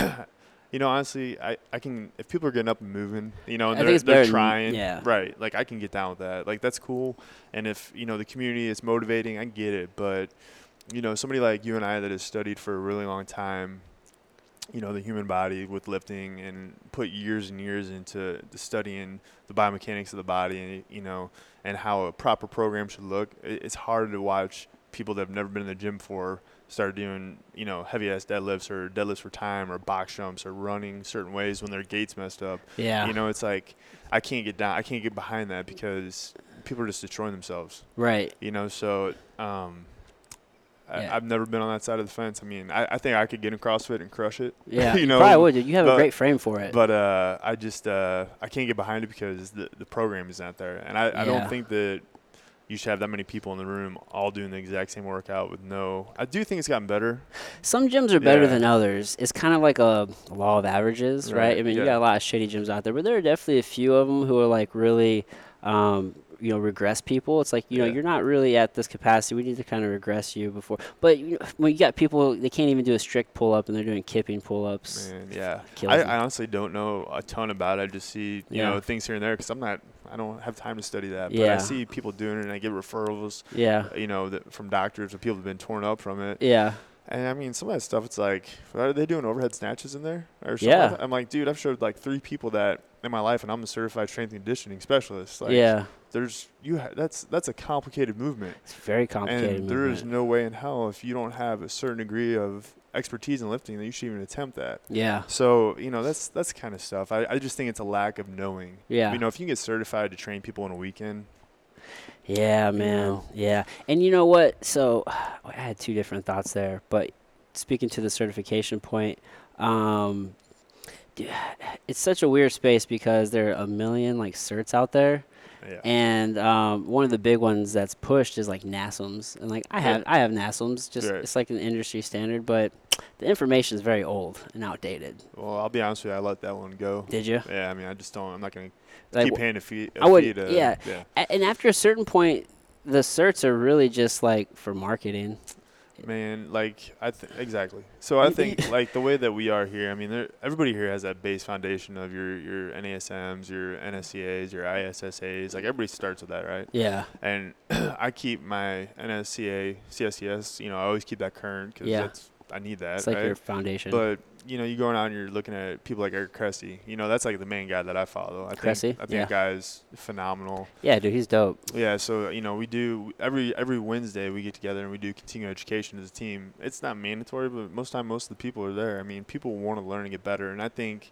Speaker 2: You know, honestly, I, I can if people are getting up and moving, you know,
Speaker 1: I
Speaker 2: and
Speaker 1: think
Speaker 2: Oh, they're,
Speaker 1: it's
Speaker 2: they're
Speaker 1: better than-
Speaker 2: trying,
Speaker 1: yeah.
Speaker 2: right? Like I can get down with that. Like that's cool. And if you know the community is motivating, I get it. But you know, somebody like you and I that has studied for a really long time, you know, the human body with lifting and put years and years into the studying the biomechanics of the body and you know and how a proper program should look. i- It's hard to watch people that have never been in the gym before start doing you know heavy ass deadlifts or deadlifts for time or box jumps or running certain ways when their gait's messed up.
Speaker 1: Yeah.
Speaker 2: You know, it's like I can't get down. I can't get behind that because people are just destroying themselves.
Speaker 1: Right.
Speaker 2: You know, so um,
Speaker 1: Yeah.
Speaker 2: I, I've never been on that side of the fence. I mean, I, I think I could get in CrossFit and crush it.
Speaker 1: Yeah.
Speaker 2: you know,
Speaker 1: probably would. dude. You have a
Speaker 2: but-
Speaker 1: great frame for it.
Speaker 2: But uh, I just uh, I can't get behind it because the the program is not there, and I, I
Speaker 1: Yeah.
Speaker 2: don't think that you should have that many people in the room all doing the exact same workout with no. I do think it's gotten better.
Speaker 1: Some gyms are better
Speaker 2: Yeah.
Speaker 1: than others. It's kind of like a law of averages, right?
Speaker 2: Right,
Speaker 1: I mean, you
Speaker 2: yeah.
Speaker 1: got a lot of shitty gyms out there, but there are definitely a few of them who are like really, um, you know, regress people. It's like you know,
Speaker 2: Yeah.
Speaker 1: you're not really at this capacity. We need to kind of regress you before. But you know, when you got people, they can't even do a strict pull up, and they're doing kipping pull ups.
Speaker 2: Man, yeah.
Speaker 1: kills
Speaker 2: I,
Speaker 1: me.
Speaker 2: I honestly don't know a ton about it. I just see you
Speaker 1: Yeah.
Speaker 2: know things here and there because I'm not. I don't have time to study that. But
Speaker 1: Yeah.
Speaker 2: I see people doing it, and I get referrals.
Speaker 1: Yeah,
Speaker 2: You know, that, from doctors or people have been torn up from it.
Speaker 1: yeah,
Speaker 2: And I mean, some of that stuff, it's like, are they doing overhead snatches in there? Or something
Speaker 1: Yeah.
Speaker 2: like that? I'm like, dude, I've showed like three people that in my life, and I'm a certified strength and conditioning specialist. Like,
Speaker 1: yeah.
Speaker 2: There's you. Ha- that's that's a complicated movement,
Speaker 1: It's very complicated.
Speaker 2: and there is
Speaker 1: movement.
Speaker 2: no way in hell if you don't have a certain degree of expertise in lifting that you should even attempt that.
Speaker 1: Yeah.
Speaker 2: So you know that's that's kind of stuff. I, I just think it's a lack of knowing.
Speaker 1: Yeah.
Speaker 2: You know, if you can get certified to train people in a weekend,
Speaker 1: Yeah, man. Yeah. And you know what? So I had two different thoughts there, but speaking to the certification point, um, d- it's such a weird space because there are a million like certs out there,
Speaker 2: yeah,
Speaker 1: and um, one of the big ones that's pushed is like NASMs, and like I have I have NASMs, just
Speaker 2: Right.
Speaker 1: it's like an industry standard, but the information is very old and outdated.
Speaker 2: Well, I'll be honest with you. I let that one go.
Speaker 1: Did you?
Speaker 2: Yeah, I mean, I just don't. I'm not going to
Speaker 1: Like,
Speaker 2: keep paying a fee. a
Speaker 1: I would-
Speaker 2: fee to,
Speaker 1: yeah.
Speaker 2: yeah.
Speaker 1: a- and after a certain point, the certs are really just like for marketing.
Speaker 2: Man, like I th- exactly. So I
Speaker 1: You
Speaker 2: think like the way that we are here. I mean, there, everybody here has that base foundation of your your NASMs, your NSCA's, your ISSA's. Like everybody starts with that, right?
Speaker 1: Yeah.
Speaker 2: And I keep my NSCA, CSCS. You know, I always keep that current because
Speaker 1: Yeah.
Speaker 2: that's I need that.
Speaker 1: It's like
Speaker 2: right?
Speaker 1: your foundation.
Speaker 2: But you know, you going out and you're looking at people like Eric Cressy. You know, that's like the main guy that I follow. I
Speaker 1: Cressy?
Speaker 2: think I think
Speaker 1: Yeah.
Speaker 2: that guy's phenomenal.
Speaker 1: yeah, dude, he's dope.
Speaker 2: Yeah, so you know, we do every every Wednesday we get together and we do continuing education as a team. It's not mandatory, but most time most of the people are there. I mean, people want to learn and get better, and I think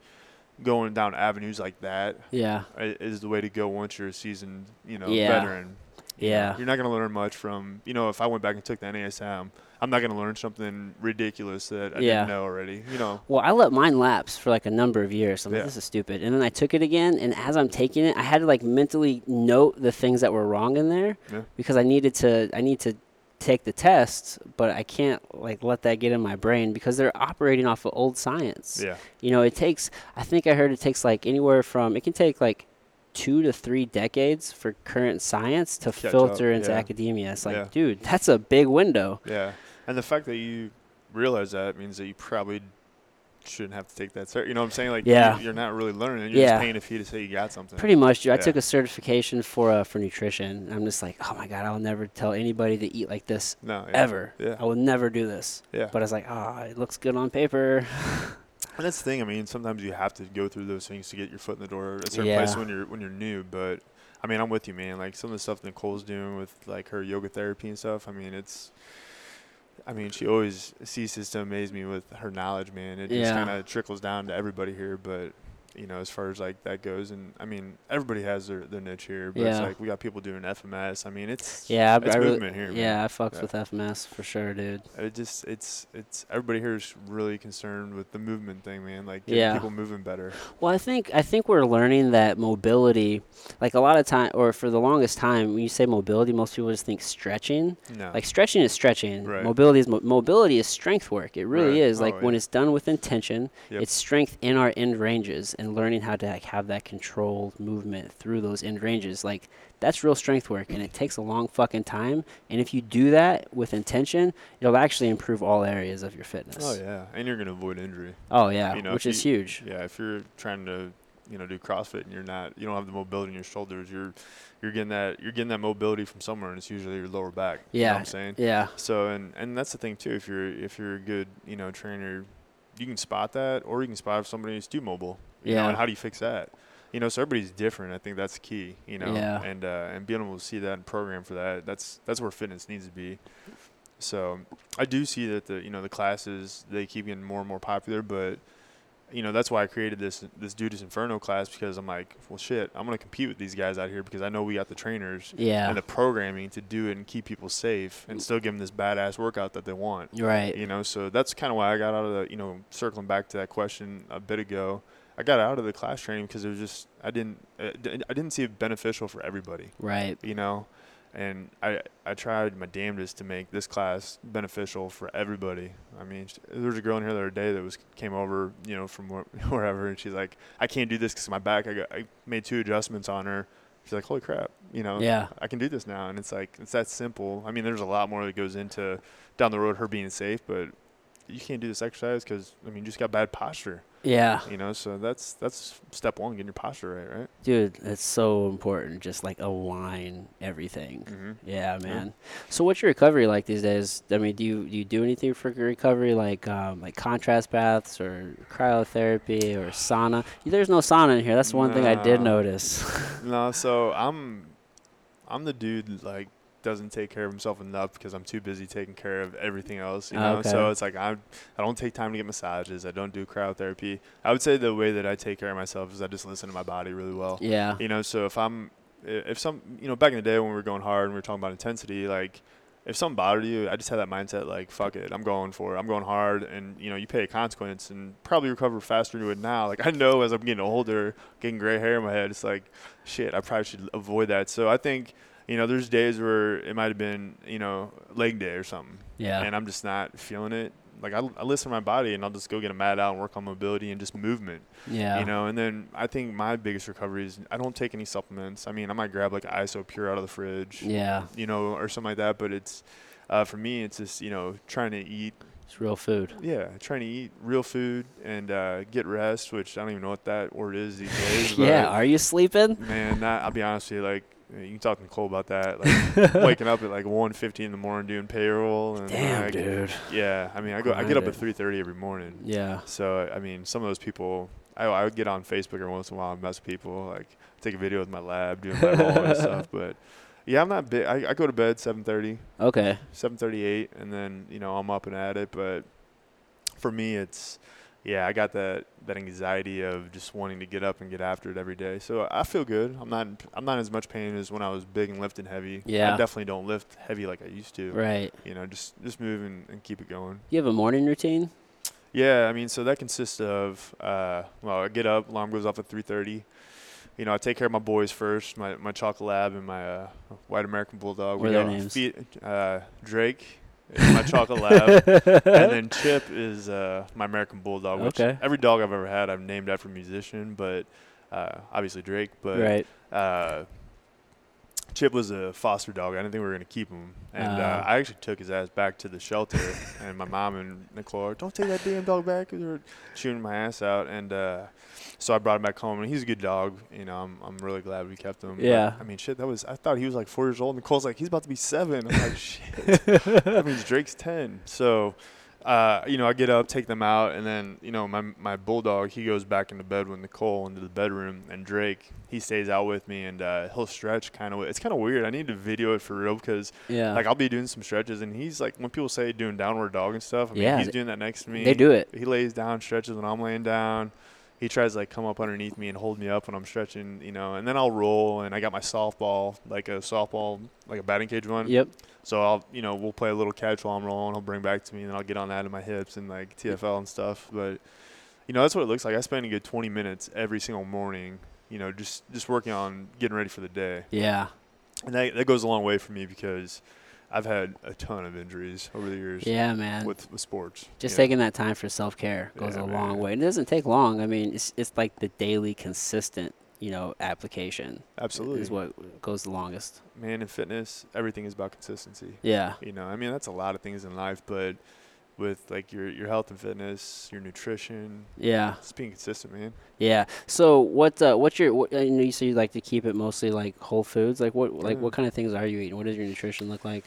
Speaker 2: going down avenues like that
Speaker 1: Yeah.
Speaker 2: i- is the way to go once you're a seasoned, you know,
Speaker 1: Yeah.
Speaker 2: veteran. You know,
Speaker 1: Yeah.
Speaker 2: you're not going to learn much from, you know, if I went back and took the NASM, I'm not going to learn something ridiculous that I
Speaker 1: Yeah.
Speaker 2: didn't know already. You know,
Speaker 1: Well, I let mine lapse for like a number of years. I'm like,
Speaker 2: Yeah.
Speaker 1: this is stupid. And then I took it again, and as I'm taking it, I had to like mentally note the things that were wrong in there
Speaker 2: Yeah.
Speaker 1: because I needed to. I need to take the test, but I can't like let that get in my brain because they're operating off of old science.
Speaker 2: yeah,
Speaker 1: You know, it takes. I think I heard it takes like anywhere from it can take like two to three decades for current science to
Speaker 2: Catch up,
Speaker 1: filter into
Speaker 2: yeah.
Speaker 1: academia. It's like,
Speaker 2: Yeah.
Speaker 1: dude, that's a big window.
Speaker 2: yeah. And the fact that you realize that means that you probably shouldn't have to take that cert. You know what I'm saying? Like,
Speaker 1: Yeah.
Speaker 2: you, are not really learning. You're
Speaker 1: Yeah.
Speaker 2: just paying a fee to say you got something.
Speaker 1: Pretty much, dude. I
Speaker 2: Yeah.
Speaker 1: took a certification for uh, for nutrition. and I'm just like, oh my god, I'll never tell anybody to eat like this
Speaker 2: no, yeah.
Speaker 1: ever.
Speaker 2: Yeah.
Speaker 1: I will never do this.
Speaker 2: Yeah.
Speaker 1: But I was like, ah, it looks good on paper.
Speaker 2: And that's the thing. I mean, sometimes you have to go through those things to get your foot in the door at a certain place
Speaker 1: Yeah.
Speaker 2: when you're when you're new. But I mean, I'm with you, man. Like some of the stuff Nicole's doing with like her yoga therapy and stuff. I mean, it's. I mean, she always ceases to amaze me with her knowledge, man. It just
Speaker 1: Yeah.
Speaker 2: kind of trickles down to everybody here, but you know, as far as like that goes, and I mean, everybody has their, their niche here, but it's
Speaker 1: Yeah.
Speaker 2: like we got people doing FMS. I mean, it's
Speaker 1: Yeah, I,
Speaker 2: it's
Speaker 1: I really,
Speaker 2: movement here. man.
Speaker 1: yeah, I fucks
Speaker 2: Yeah.
Speaker 1: with FMS for sure, dude.
Speaker 2: It just it's it's everybody here is really concerned with the movement thing, man. Like getting
Speaker 1: Yeah.
Speaker 2: people moving better.
Speaker 1: Well, I think I think we're learning that mobility, like a lot of time, or for the longest time, when you say mobility, most people just think stretching.
Speaker 2: No.
Speaker 1: Like stretching is stretching.
Speaker 2: Right.
Speaker 1: Mobility is mo- mobility is strength work. It really
Speaker 2: Right.
Speaker 1: is.
Speaker 2: Oh,
Speaker 1: Like when
Speaker 2: yeah.
Speaker 1: it's done with intention,
Speaker 2: Yep.
Speaker 1: it's strength in our end ranges and learning how to like, have that controlled movement through those end ranges. Like that's real strength work, and it takes a long fucking time. And if you do that with intention, it'll actually improve all areas of your fitness.
Speaker 2: Oh yeah, and you're gonna avoid injury.
Speaker 1: Oh, yeah,
Speaker 2: You know,
Speaker 1: which
Speaker 2: if
Speaker 1: is huge.
Speaker 2: Yeah, if you're trying to, you know, do CrossFit and you're not, you don't have the mobility in your shoulders. You're, you're getting that, you're getting that mobility from somewhere, and it's usually your lower back. you know
Speaker 1: Yeah.
Speaker 2: what I'm saying.
Speaker 1: Yeah.
Speaker 2: So and and that's the thing too. If you're if you're a good, you know, trainer, you can spot that, or you can spot if somebody is too mobile. You
Speaker 1: Yeah.
Speaker 2: Know, and how do you fix that? You know, so everybody's different. I think that's key. You know,
Speaker 1: Yeah.
Speaker 2: and uh, and being able to see that and program for that. That's that's where fitness needs to be. So I do see that the you know the classes they keep getting more and more popular, but you know that's why I created this this Dudes Inferno class because I'm like, well, shit, I'm gonna compete with these guys out here because I know we got the trainers
Speaker 1: Yeah.
Speaker 2: and the programming to do it and keep people safe and still give them this badass workout that they want.
Speaker 1: right.
Speaker 2: You know, so that's kind of why I got out of the you know circling back to that question a bit ago. I got out of the class training because it was just I didn't I didn't- I didn't see it beneficial for everybody
Speaker 1: Right.
Speaker 2: you know and i i tried my damnedest to make this class beneficial for everybody i mean sh- there was a girl in here the other day that was came over you know from where, wherever and she's like i can't do this because my back I, got, I made two adjustments on her she's like holy crap you know
Speaker 1: Yeah.
Speaker 2: i can do this now and it's like it's that simple i mean there's a lot more that goes into down the road her being safe but you can't do this exercise because i mean you just got bad posture
Speaker 1: Yeah.
Speaker 2: you know so that's that's step one getting your posture right right
Speaker 1: Dude, that's so important. Just like align everything.
Speaker 2: mm-hmm.
Speaker 1: Yeah, man. So what's your recovery like these days? I mean, do you do you do anything for your recovery like um, like contrast baths or cryotherapy or sauna? There's no sauna in here. That's the one thing I did
Speaker 2: No.
Speaker 1: notice.
Speaker 2: No, so I'm I'm the dude like doesn't take care of himself enough because I'm too busy taking care of everything else. You
Speaker 1: Oh,
Speaker 2: know,
Speaker 1: okay.
Speaker 2: so it's like I I don't take time to get massages. I don't do cryotherapy. I would say the way that I take care of myself is I just listen to my body really well.
Speaker 1: Yeah.
Speaker 2: You know, so if I'm, i- if some, you know, back in the day when we were going hard and we were talking about intensity, like if something bothered you, I just had that mindset like, fuck it, I'm going for it, I'm going hard, and you know, you pay a consequence and probably recover faster than you would now. Like I know as I'm getting older, getting gray hair in my head, it's like, shit, I probably should avoid that. So I think. You know, there's days where it might have been, you know, leg day or something,
Speaker 1: Yeah.
Speaker 2: and I'm just not feeling it. Like I, I listen to my body, and I'll just go get a mat out and work on mobility and just movement
Speaker 1: yeah.
Speaker 2: you know and then i think my biggest recovery is i don't take any supplements i mean i might grab like iso pure out of the fridge
Speaker 1: yeah.
Speaker 2: you know or something like that but it's uh, for me it's just you know trying to eat
Speaker 1: It's real food.
Speaker 2: yeah trying to eat real food and uh, get rest which i don't even know what that word is these days
Speaker 1: Yeah. Are you sleeping?
Speaker 2: but man that, i'll be honest with you like you can talk to Nicole about that. Like waking up at like 1.50 in the morning doing payroll. And
Speaker 1: Damn,
Speaker 2: like,
Speaker 1: dude.
Speaker 2: Yeah, I mean, I go. I get up at
Speaker 1: Grinded.
Speaker 2: 3:30 every morning.
Speaker 1: Yeah.
Speaker 2: So I mean, some of those people, I, I would get on Facebook every once in a while and mess with people, like take a video with my lab, doing my role and stuff. But yeah, I'm not big. I, I go to bed 7:30,
Speaker 1: Okay.
Speaker 2: 7:38, and then you know I'm up and at it. But for me, it's yeah, I got that that anxiety of just wanting to get up and get after it every day. So I feel good. I'm not in- I'm not in as much pain as when I was big and lifting heavy.
Speaker 1: Yeah.
Speaker 2: I definitely don't lift heavy like I used to.
Speaker 1: Right.
Speaker 2: You know, just just move and, and keep it going.
Speaker 1: You have a morning routine?
Speaker 2: Yeah, I mean, so that consists of uh, well, I get up, alarm goes off at three thirty. You know, I take care of my boys first, my my chocolate lab and my uh, white American bulldog.
Speaker 1: What are their names?
Speaker 2: Feed, uh, Drake is my chocolate lab, and then Chip is uh, my American bulldog. Which
Speaker 1: Okay.
Speaker 2: every dog I've ever had, I've named after a musician, but uh, obviously Drake. But
Speaker 1: right.
Speaker 2: uh, Chip was a foster dog. I didn't think we were gonna keep him, and uh,
Speaker 1: Ah.
Speaker 2: I actually took his ass back to the shelter. and my mom and Nicole, are, don't take that damn dog back. 'cause They're chewing my ass out, and uh, so I brought him back home. And he's a good dog. You know, I'm I'm really glad we kept him. But,
Speaker 1: Yeah.
Speaker 2: I mean, shit, that was I thought he was like four years old. Nicole's like he's about to be seven. I'm like, shit. that means Drake's ten. So. Uh, you know, I get up, take them out, and then you know my my bulldog he goes back into bed with Nicole into the bedroom, and Drake he stays out with me, and uh, he'll stretch kind of. It's kind of weird. I need to video it for real because
Speaker 1: Yeah.
Speaker 2: like I'll be doing some stretches, and he's like when people say doing downward dog and stuff, I mean,
Speaker 1: Yeah,
Speaker 2: he's
Speaker 1: they-
Speaker 2: doing that next to me.
Speaker 1: they do it.
Speaker 2: He lays down, stretches when I'm laying down. He tries to like come up underneath me and hold me up when I'm stretching, you know, and then I'll roll and I got my softball, like a softball, like a batting cage one.
Speaker 1: Yep.
Speaker 2: So I'll, you know, we'll play a little catch while I'm rolling. He'll bring back to me, and then I'll get on that in my hips and like TFL and stuff. But you know, that's what it looks like. I spend a good 20 minutes every single morning, you know, just just working on getting ready for the day,
Speaker 1: Yeah.
Speaker 2: and that that goes a long way for me because I've had a ton of injuries over the years
Speaker 1: Yeah, man.
Speaker 2: with, with sports.
Speaker 1: Just
Speaker 2: you know.
Speaker 1: taking that time for self care goes
Speaker 2: Yeah,
Speaker 1: a long
Speaker 2: man.
Speaker 1: way. And it doesn't take long. I mean, it's it's like the daily consistent, you know, application
Speaker 2: absolutely,
Speaker 1: is what goes the longest.
Speaker 2: man. In fitness, everything is about consistency.
Speaker 1: Yeah.
Speaker 2: You know, I mean, that's a lot of things in life, but with like your your health and fitness, your nutrition,
Speaker 1: Yeah.
Speaker 2: just being consistent, man.
Speaker 1: Yeah. So what uh, what's your what, I know you say you like to keep it mostly like whole foods. Like what like
Speaker 2: Yeah.
Speaker 1: what kind of things are you eating? What does your nutrition look like?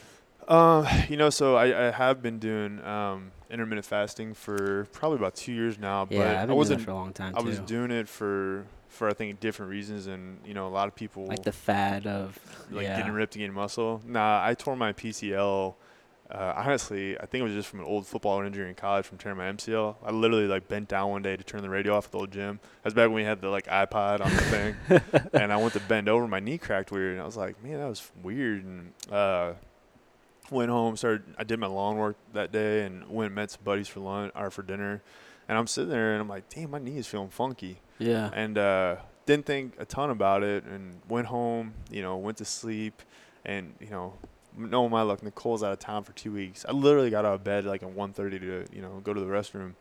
Speaker 2: Um, you know, so I, I have been doing um, intermittent fasting for probably about two years now, Uh, but
Speaker 1: yeah, I've
Speaker 2: I
Speaker 1: been doing
Speaker 2: wasn't.
Speaker 1: that for a long time
Speaker 2: I
Speaker 1: too.
Speaker 2: was doing it for for I think different reasons, and you know, a lot of people
Speaker 1: like the fad of
Speaker 2: like
Speaker 1: yeah.
Speaker 2: getting ripped to gain muscle. Nah, I tore my PCL. Uh, honestly, I think it was just from an old football injury in college from tearing my MCL. I literally like bent down one day to turn the radio off at the old gym. That's back when we had the like iPod on the thing, and I went to bend over, my knee cracked weird, and I was like, man, that was weird. And uh, went home, started. I did my lawn work that day, and went and met some buddies for lunch or for dinner. And I'm sitting there, and I'm like, damn, my knee is feeling funky
Speaker 1: yeah.
Speaker 2: and uh, didn't think a ton about it and went home you know went to sleep and you know no my luck nicole's out of town for two weeks i literally got out of bed like at 1.30 to you know go to the restroom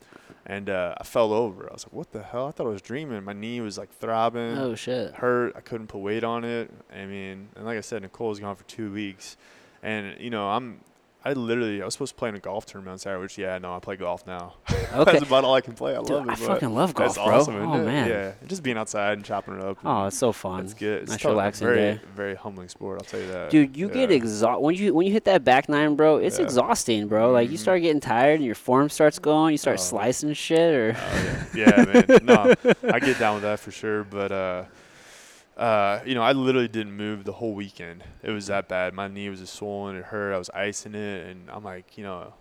Speaker 2: and uh, i fell over i was like what the hell i thought i was dreaming my knee was like throbbing
Speaker 1: Oh shit.
Speaker 2: hurt i couldn't put weight on it i mean and like i said nicole's gone for two weeks and you know i'm i literally i was supposed to play in a golf tournament on saturday which yeah no i play golf now
Speaker 1: Okay.
Speaker 2: that's about all i can play i
Speaker 1: Dude,
Speaker 2: love it
Speaker 1: I
Speaker 2: but-
Speaker 1: fucking love golf,
Speaker 2: that's
Speaker 1: bro.
Speaker 2: awesome. isn't
Speaker 1: oh
Speaker 2: it?
Speaker 1: man.
Speaker 2: yeah, just being outside and chopping it up.
Speaker 1: Oh, it's so fun.
Speaker 2: it's good. It's
Speaker 1: nice
Speaker 2: tough.
Speaker 1: relaxing
Speaker 2: very,
Speaker 1: day.
Speaker 2: Very humbling sport. I'll tell you that.
Speaker 1: Dude, you get
Speaker 2: Uh, Yeah.
Speaker 1: exhausted when you when you hit that back nine, bro. It's
Speaker 2: Yeah.
Speaker 1: exhausting, bro. Like you
Speaker 2: Mhm.
Speaker 1: start getting tired and your form starts going. You start
Speaker 2: Oh.
Speaker 1: slicing shit, or
Speaker 2: Oh, yeah. yeah, man. No, I get down with that for sure. But uh, uh, you know, I literally didn't move the whole weekend. It was that bad. My knee was just swollen. It hurt. I was icing it, and I'm like, you know,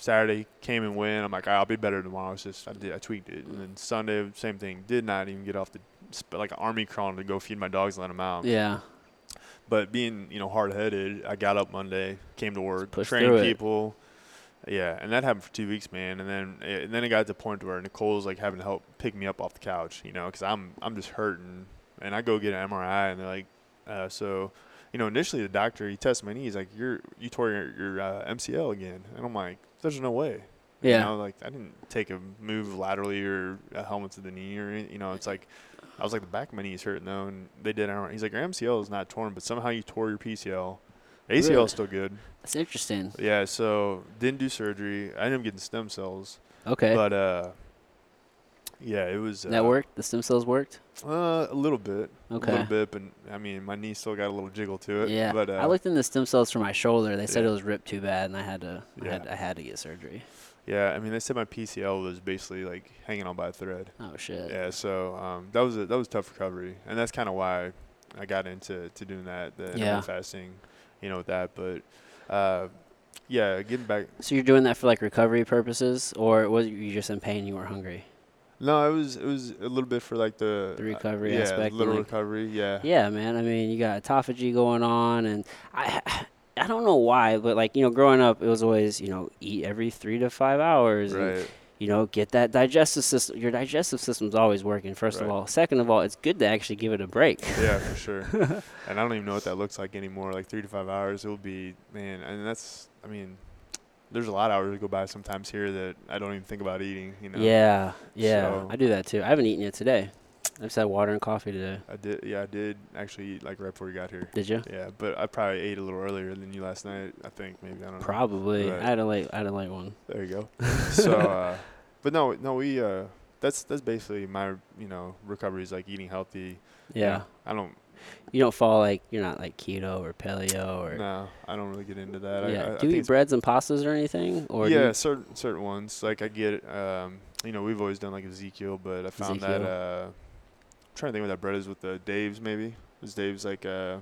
Speaker 2: Saturday came and went. I'm like, I'll be better tomorrow. It's just I did, I tweaked it, and then Sunday, same thing. Did not even get off the sp- like army crawling to go feed my dogs, and let them out.
Speaker 1: Yeah.
Speaker 2: But being you know hard headed, I got up Monday, came to work,
Speaker 1: push through
Speaker 2: trained
Speaker 1: it.
Speaker 2: people. Yeah, and that happened for two weeks, man. And then eh, and then it got to the point where Nicole's like having to help pick me up off the couch, you know, because I'm I'm just hurting. And I go get an MRI, and they're like, uh, so, you know, initially the doctor he tests my knee, he's like, you're you tore your, your uh, MCL again, and I'm like, there's no way. You
Speaker 1: Yeah.
Speaker 2: know, like I didn't take a move laterally or a helmet to the knee or any- you know, it's like I was like the back of my knee's hurting though, and they did. I don't. He's like your MCL is not torn, but somehow you tore your PCL. ACL
Speaker 1: Really?
Speaker 2: is still good.
Speaker 1: That's interesting.
Speaker 2: Yeah, so didn't do surgery. I ended up getting stem cells,
Speaker 1: Okay.
Speaker 2: but uh, yeah, it was uh,
Speaker 1: Eh. that worked. The stem cells worked.
Speaker 2: Uh, a little bit. A
Speaker 1: Okay.
Speaker 2: little bit, but I mean, my knee still got a little jiggle to it.
Speaker 1: Yeah.
Speaker 2: But uh,
Speaker 1: I looked in the stem cells for my shoulder. They said
Speaker 2: Yeah.
Speaker 1: it was ripped too bad, and I had to. I
Speaker 2: Yeah.
Speaker 1: had I had to get surgery.
Speaker 2: yeah, I mean, they said my PCL was basically like hanging on by a thread.
Speaker 1: Oh shit.
Speaker 2: Yeah, so um, that was a, that was tough recovery, and that's kind of why I got into to doing that, the intermittent
Speaker 1: Yeah.
Speaker 2: fasting, you know, with that. But uh, yeah, getting back.
Speaker 1: So you're doing that for like recovery purposes, or was you just in pain? You were hungry.
Speaker 2: No, it was it was a little bit for like the, uh,
Speaker 1: The recovery
Speaker 2: yeah,
Speaker 1: aspect and,
Speaker 2: little
Speaker 1: like-
Speaker 2: recovery, yeah,
Speaker 1: Yeah, man. I mean, you got autophagy going on, and I. I don't know why, but like you know, growing up, it was always you know eat every three to five hours, and
Speaker 2: right,
Speaker 1: you know, get that digestive system. Your digestive system's always working, first of
Speaker 2: Right.
Speaker 1: all. Second of all, it's good to actually give it a break.
Speaker 2: yeah, for sure. and I don't even know what that looks like anymore. Like three to five hours, it will be man, and that's I mean, there's a lot of hours that go by sometimes here that I don't even think about eating. You know,
Speaker 1: Yeah, yeah.
Speaker 2: So-
Speaker 1: I do that too. I haven't eaten yet today. I just had water and coffee today.
Speaker 2: I did, yeah, I did actually eat like right before we got here.
Speaker 1: Did you?
Speaker 2: Yeah, but I probably ate a little earlier than you last night. I think maybe I don't know.
Speaker 1: Probably.
Speaker 2: Right.
Speaker 1: I had a late. I had a late one.
Speaker 2: There you go. so, uh, but no, no, we. Uh, that's that's basically my you know recovery is like eating healthy.
Speaker 1: Yeah.
Speaker 2: I don't.
Speaker 1: You don't fall like you're not like keto or paleo or.
Speaker 2: No, I don't really get into that.
Speaker 1: yeah.
Speaker 2: I, I, I
Speaker 1: do
Speaker 2: think
Speaker 1: you eat
Speaker 2: it's-
Speaker 1: breads and pastas or anything? Or do you-
Speaker 2: yeah, certain certain ones. Like I get. Um, you know, we've always done like Ezekiel, but I found that.
Speaker 1: Ezekiel.
Speaker 2: Uh, I'm trying to think what that bread is with the Dave's maybe. Is Dave's like uh,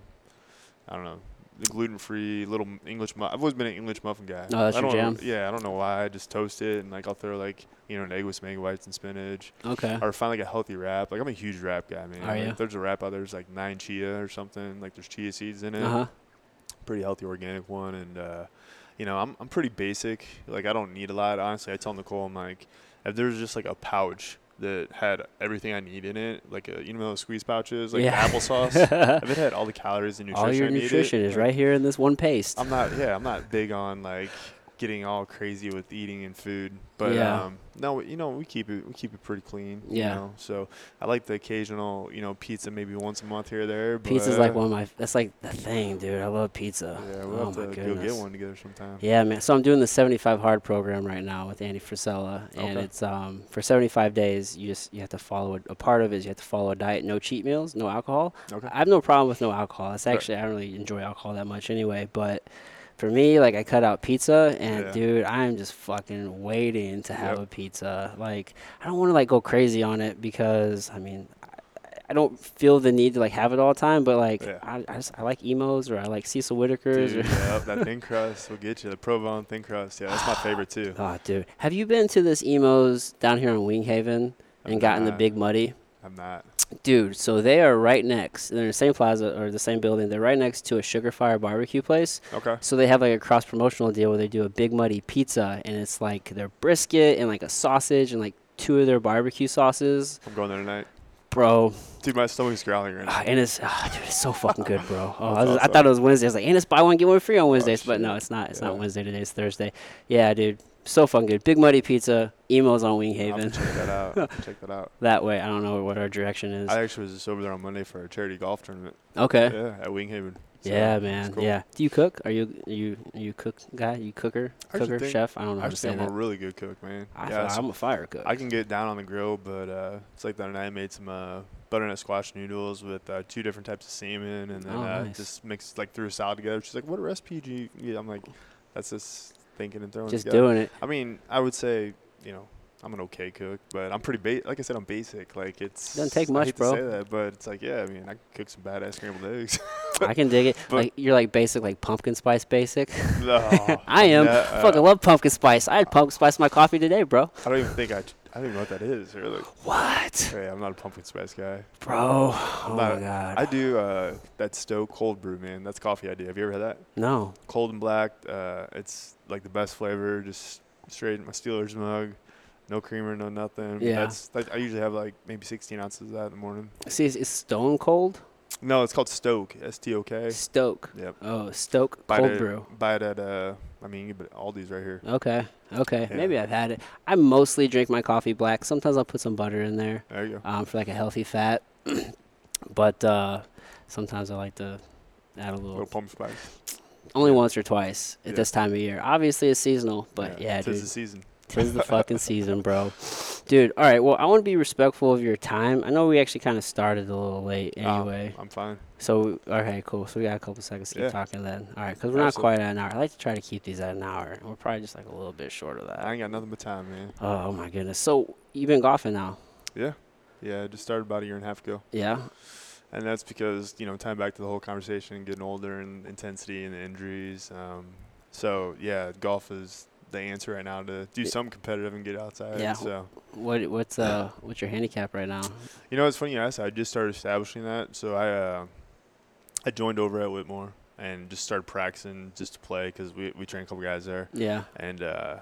Speaker 2: I don't know. The gluten-free little English. Mu- I've always been an English muffin guy.
Speaker 1: Oh, that's
Speaker 2: I
Speaker 1: your jam?
Speaker 2: don't- Yeah, I don't know why. I just toast it and like I'll throw like you know an egg with some egg whites and spinach.
Speaker 1: okay.
Speaker 2: or find like a healthy wrap. Like I'm a huge wrap guy, man.
Speaker 1: Are
Speaker 2: Like,
Speaker 1: ya?
Speaker 2: If there's a wrap out there, there's like nine chia or something. Like there's chia seeds in it.
Speaker 1: Uh huh.
Speaker 2: Pretty healthy organic one, and uh, you know I'm I'm pretty basic. Like I don't need a lot. Honestly, I tell Nicole I'm like if there's just like a pouch that had everything I need in it, like a, you know those squeeze pouches, like
Speaker 1: Yeah.
Speaker 2: applesauce. if it had all the calories and nutrition,
Speaker 1: all your
Speaker 2: I needed,
Speaker 1: nutrition is
Speaker 2: like,
Speaker 1: right here in this one paste.
Speaker 2: I'm not. Yeah, I'm not big on like getting all crazy with eating and food. But
Speaker 1: Yeah.
Speaker 2: um, no, you know we keep it we keep it pretty clean.
Speaker 1: Yeah.
Speaker 2: You know? So I like the occasional you know pizza maybe once a month here or there. But,
Speaker 1: Pizza's like one of my. That's like the thing, dude. I love pizza.
Speaker 2: Yeah, we'll
Speaker 1: oh
Speaker 2: have
Speaker 1: my
Speaker 2: to
Speaker 1: goodness.
Speaker 2: go get one together sometime.
Speaker 1: Yeah, man. So I'm doing the 75 hard program right now with Andy Frisella, and
Speaker 2: Okay.
Speaker 1: it's um, for 75 days. You just you have to follow a, a part of it. Is you have to follow a diet, no cheat meals, no alcohol.
Speaker 2: Okay.
Speaker 1: I have no problem with no alcohol. It's
Speaker 2: Right.
Speaker 1: actually I don't really enjoy alcohol that much anyway. But for me, like I cut out pizza, and
Speaker 2: Yeah.
Speaker 1: dude, I'm just fucking waiting to have
Speaker 2: Yep.
Speaker 1: a pizza. Like I don't want to like go crazy on it because I mean. I- I don't feel the need to like have it all the time, but like
Speaker 2: Yeah.
Speaker 1: I, I, just, I like emos or I like Cecil Whitakers
Speaker 2: Dude,
Speaker 1: or
Speaker 2: yep, that thin crust will get you. The provolone thin crust. Yeah, that's my favorite too.
Speaker 1: Oh, dude. Have you been to this emos down here in Winghaven and gotten the
Speaker 2: Nah.
Speaker 1: Big Muddy?
Speaker 2: I'm not.
Speaker 1: Dude, so they are right next. They're in the same plaza or the same building. They're right next to a Sugar Fire barbecue place.
Speaker 2: Okay.
Speaker 1: So they have like a cross promotional deal where they do a Big Muddy pizza and it's like their brisket and like a sausage and like two of their barbecue sauces.
Speaker 2: I'm going there tonight.
Speaker 1: Bro,
Speaker 2: Dude, my stomach's growling right now.
Speaker 1: Ah, and it's ah, dude, it's so fucking good, bro. Oh, I, was- I
Speaker 2: That's awesome. Oh,
Speaker 1: thought it was Wednesday. I was like, and it's buy one get one free on Wednesdays, but
Speaker 2: shit.
Speaker 1: no, it's not. It's not
Speaker 2: Yeah.
Speaker 1: Wednesday today. It's Thursday. Yeah, dude, so fucking good. Big Muddy Pizza, emos on
Speaker 2: I'll have
Speaker 1: Winghaven.
Speaker 2: to check that out. I'll check that out.
Speaker 1: That way, I don't know what our direction is.
Speaker 2: I actually was just over there on Monday for a charity golf tournament.
Speaker 1: okay.
Speaker 2: Yeah, at Winghaven. So,
Speaker 1: yeah,
Speaker 2: it's
Speaker 1: man.
Speaker 2: cool.
Speaker 1: Yeah. Do you cook? Are you are you are you cook guy? You cooker?
Speaker 2: I actually
Speaker 1: Cooker
Speaker 2: think-
Speaker 1: chef? I don't know how
Speaker 2: I
Speaker 1: to
Speaker 2: just
Speaker 1: say
Speaker 2: think I'm a
Speaker 1: that.
Speaker 2: really good cook, man.
Speaker 1: I
Speaker 2: yeah, so
Speaker 1: am a fire cook.
Speaker 2: I can get down on the grill, but uh, it's like the other night I made some uh, butternut squash noodles with uh, two different types of salmon, and then
Speaker 1: Oh,
Speaker 2: uh,
Speaker 1: nice.
Speaker 2: just mixed like threw a salad together. She's like, "What recipe do you?" Get? I'm like, "That's just thinking and throwing
Speaker 1: Just
Speaker 2: together."
Speaker 1: doing it.
Speaker 2: I mean, I would say you know I'm an okay cook, but I'm pretty ba- like I said, I'm basic. Like it's
Speaker 1: Doesn't take
Speaker 2: I
Speaker 1: much,
Speaker 2: hate
Speaker 1: bro.
Speaker 2: To say that, but it's like yeah, I mean, I can cook some badass scrambled eggs.
Speaker 1: I can dig it.
Speaker 2: But-
Speaker 1: like you're like basic, like pumpkin spice basic.
Speaker 2: No,
Speaker 1: I am.
Speaker 2: no,
Speaker 1: Fuck, I love pumpkin spice. I had pumpkin spice in my coffee today, bro.
Speaker 2: uh, I don't even think I. I don't even know what that is. Really,
Speaker 1: What,
Speaker 2: hey, I'm not a pumpkin spice guy.
Speaker 1: bro? Oh
Speaker 2: not-
Speaker 1: my god.
Speaker 2: I do uh, that Stowe cold brew, man. That's coffee idea. Have you ever had that?
Speaker 1: no.
Speaker 2: Cold and black. Uh, it's like the best flavor. Just straight in my Steelers mug. No creamer, no nothing.
Speaker 1: Yeah.
Speaker 2: That's, that, I usually have like maybe 16 ounces of that in the morning.
Speaker 1: See, it's, it's stone cold.
Speaker 2: No, it's called Stoke. S T O K.
Speaker 1: Stoke.
Speaker 2: Yep.
Speaker 1: Oh, Stoke
Speaker 2: Buy
Speaker 1: cold
Speaker 2: it at-
Speaker 1: brew.
Speaker 2: Buy it at uh, I mean, you can buy all these right here.
Speaker 1: Okay. Okay.
Speaker 2: Yeah.
Speaker 1: Maybe I've had it. I mostly drink my coffee black. Sometimes I'll put some butter in there
Speaker 2: There you go.
Speaker 1: um, for like a healthy fat. but uh, sometimes I like to add a little.
Speaker 2: little pumpkin spice.
Speaker 1: Only once or twice at
Speaker 2: Yeah.
Speaker 1: this time of year. Obviously, it's seasonal, but yeah,
Speaker 2: tis
Speaker 1: dude.
Speaker 2: the season.
Speaker 1: Tis the fucking season, bro. Dude, all right. Well, I want to be respectful of your time. I know we actually kind of started a little late
Speaker 2: Um,
Speaker 1: anyway.
Speaker 2: I'm fine.
Speaker 1: so, okay, cool. So we got a couple seconds to keep
Speaker 2: Yeah.
Speaker 1: talking then. All right, because we're not
Speaker 2: Absolutely.
Speaker 1: quite at an hour. I like to try to keep these at an hour. We're probably just like a little bit short of that.
Speaker 2: I ain't got nothing but time, man.
Speaker 1: Oh my goodness. So you've been golfing now?
Speaker 2: Yeah. Yeah, I just started about a year and a half ago.
Speaker 1: Yeah.
Speaker 2: And that's because, you know, tying back to the whole conversation, getting older and intensity and the injuries. Um, so, yeah, golf is the answer right now to do
Speaker 1: Yeah.
Speaker 2: something competitive and get outside.
Speaker 1: Yeah.
Speaker 2: So,
Speaker 1: What what's uh what's your handicap right now?
Speaker 2: you know, it's funny you asked. that. I just started establishing that. So, I uh, I joined over at Whitmore and just started practicing just to play because we, we trained a couple guys there.
Speaker 1: Yeah.
Speaker 2: And uh,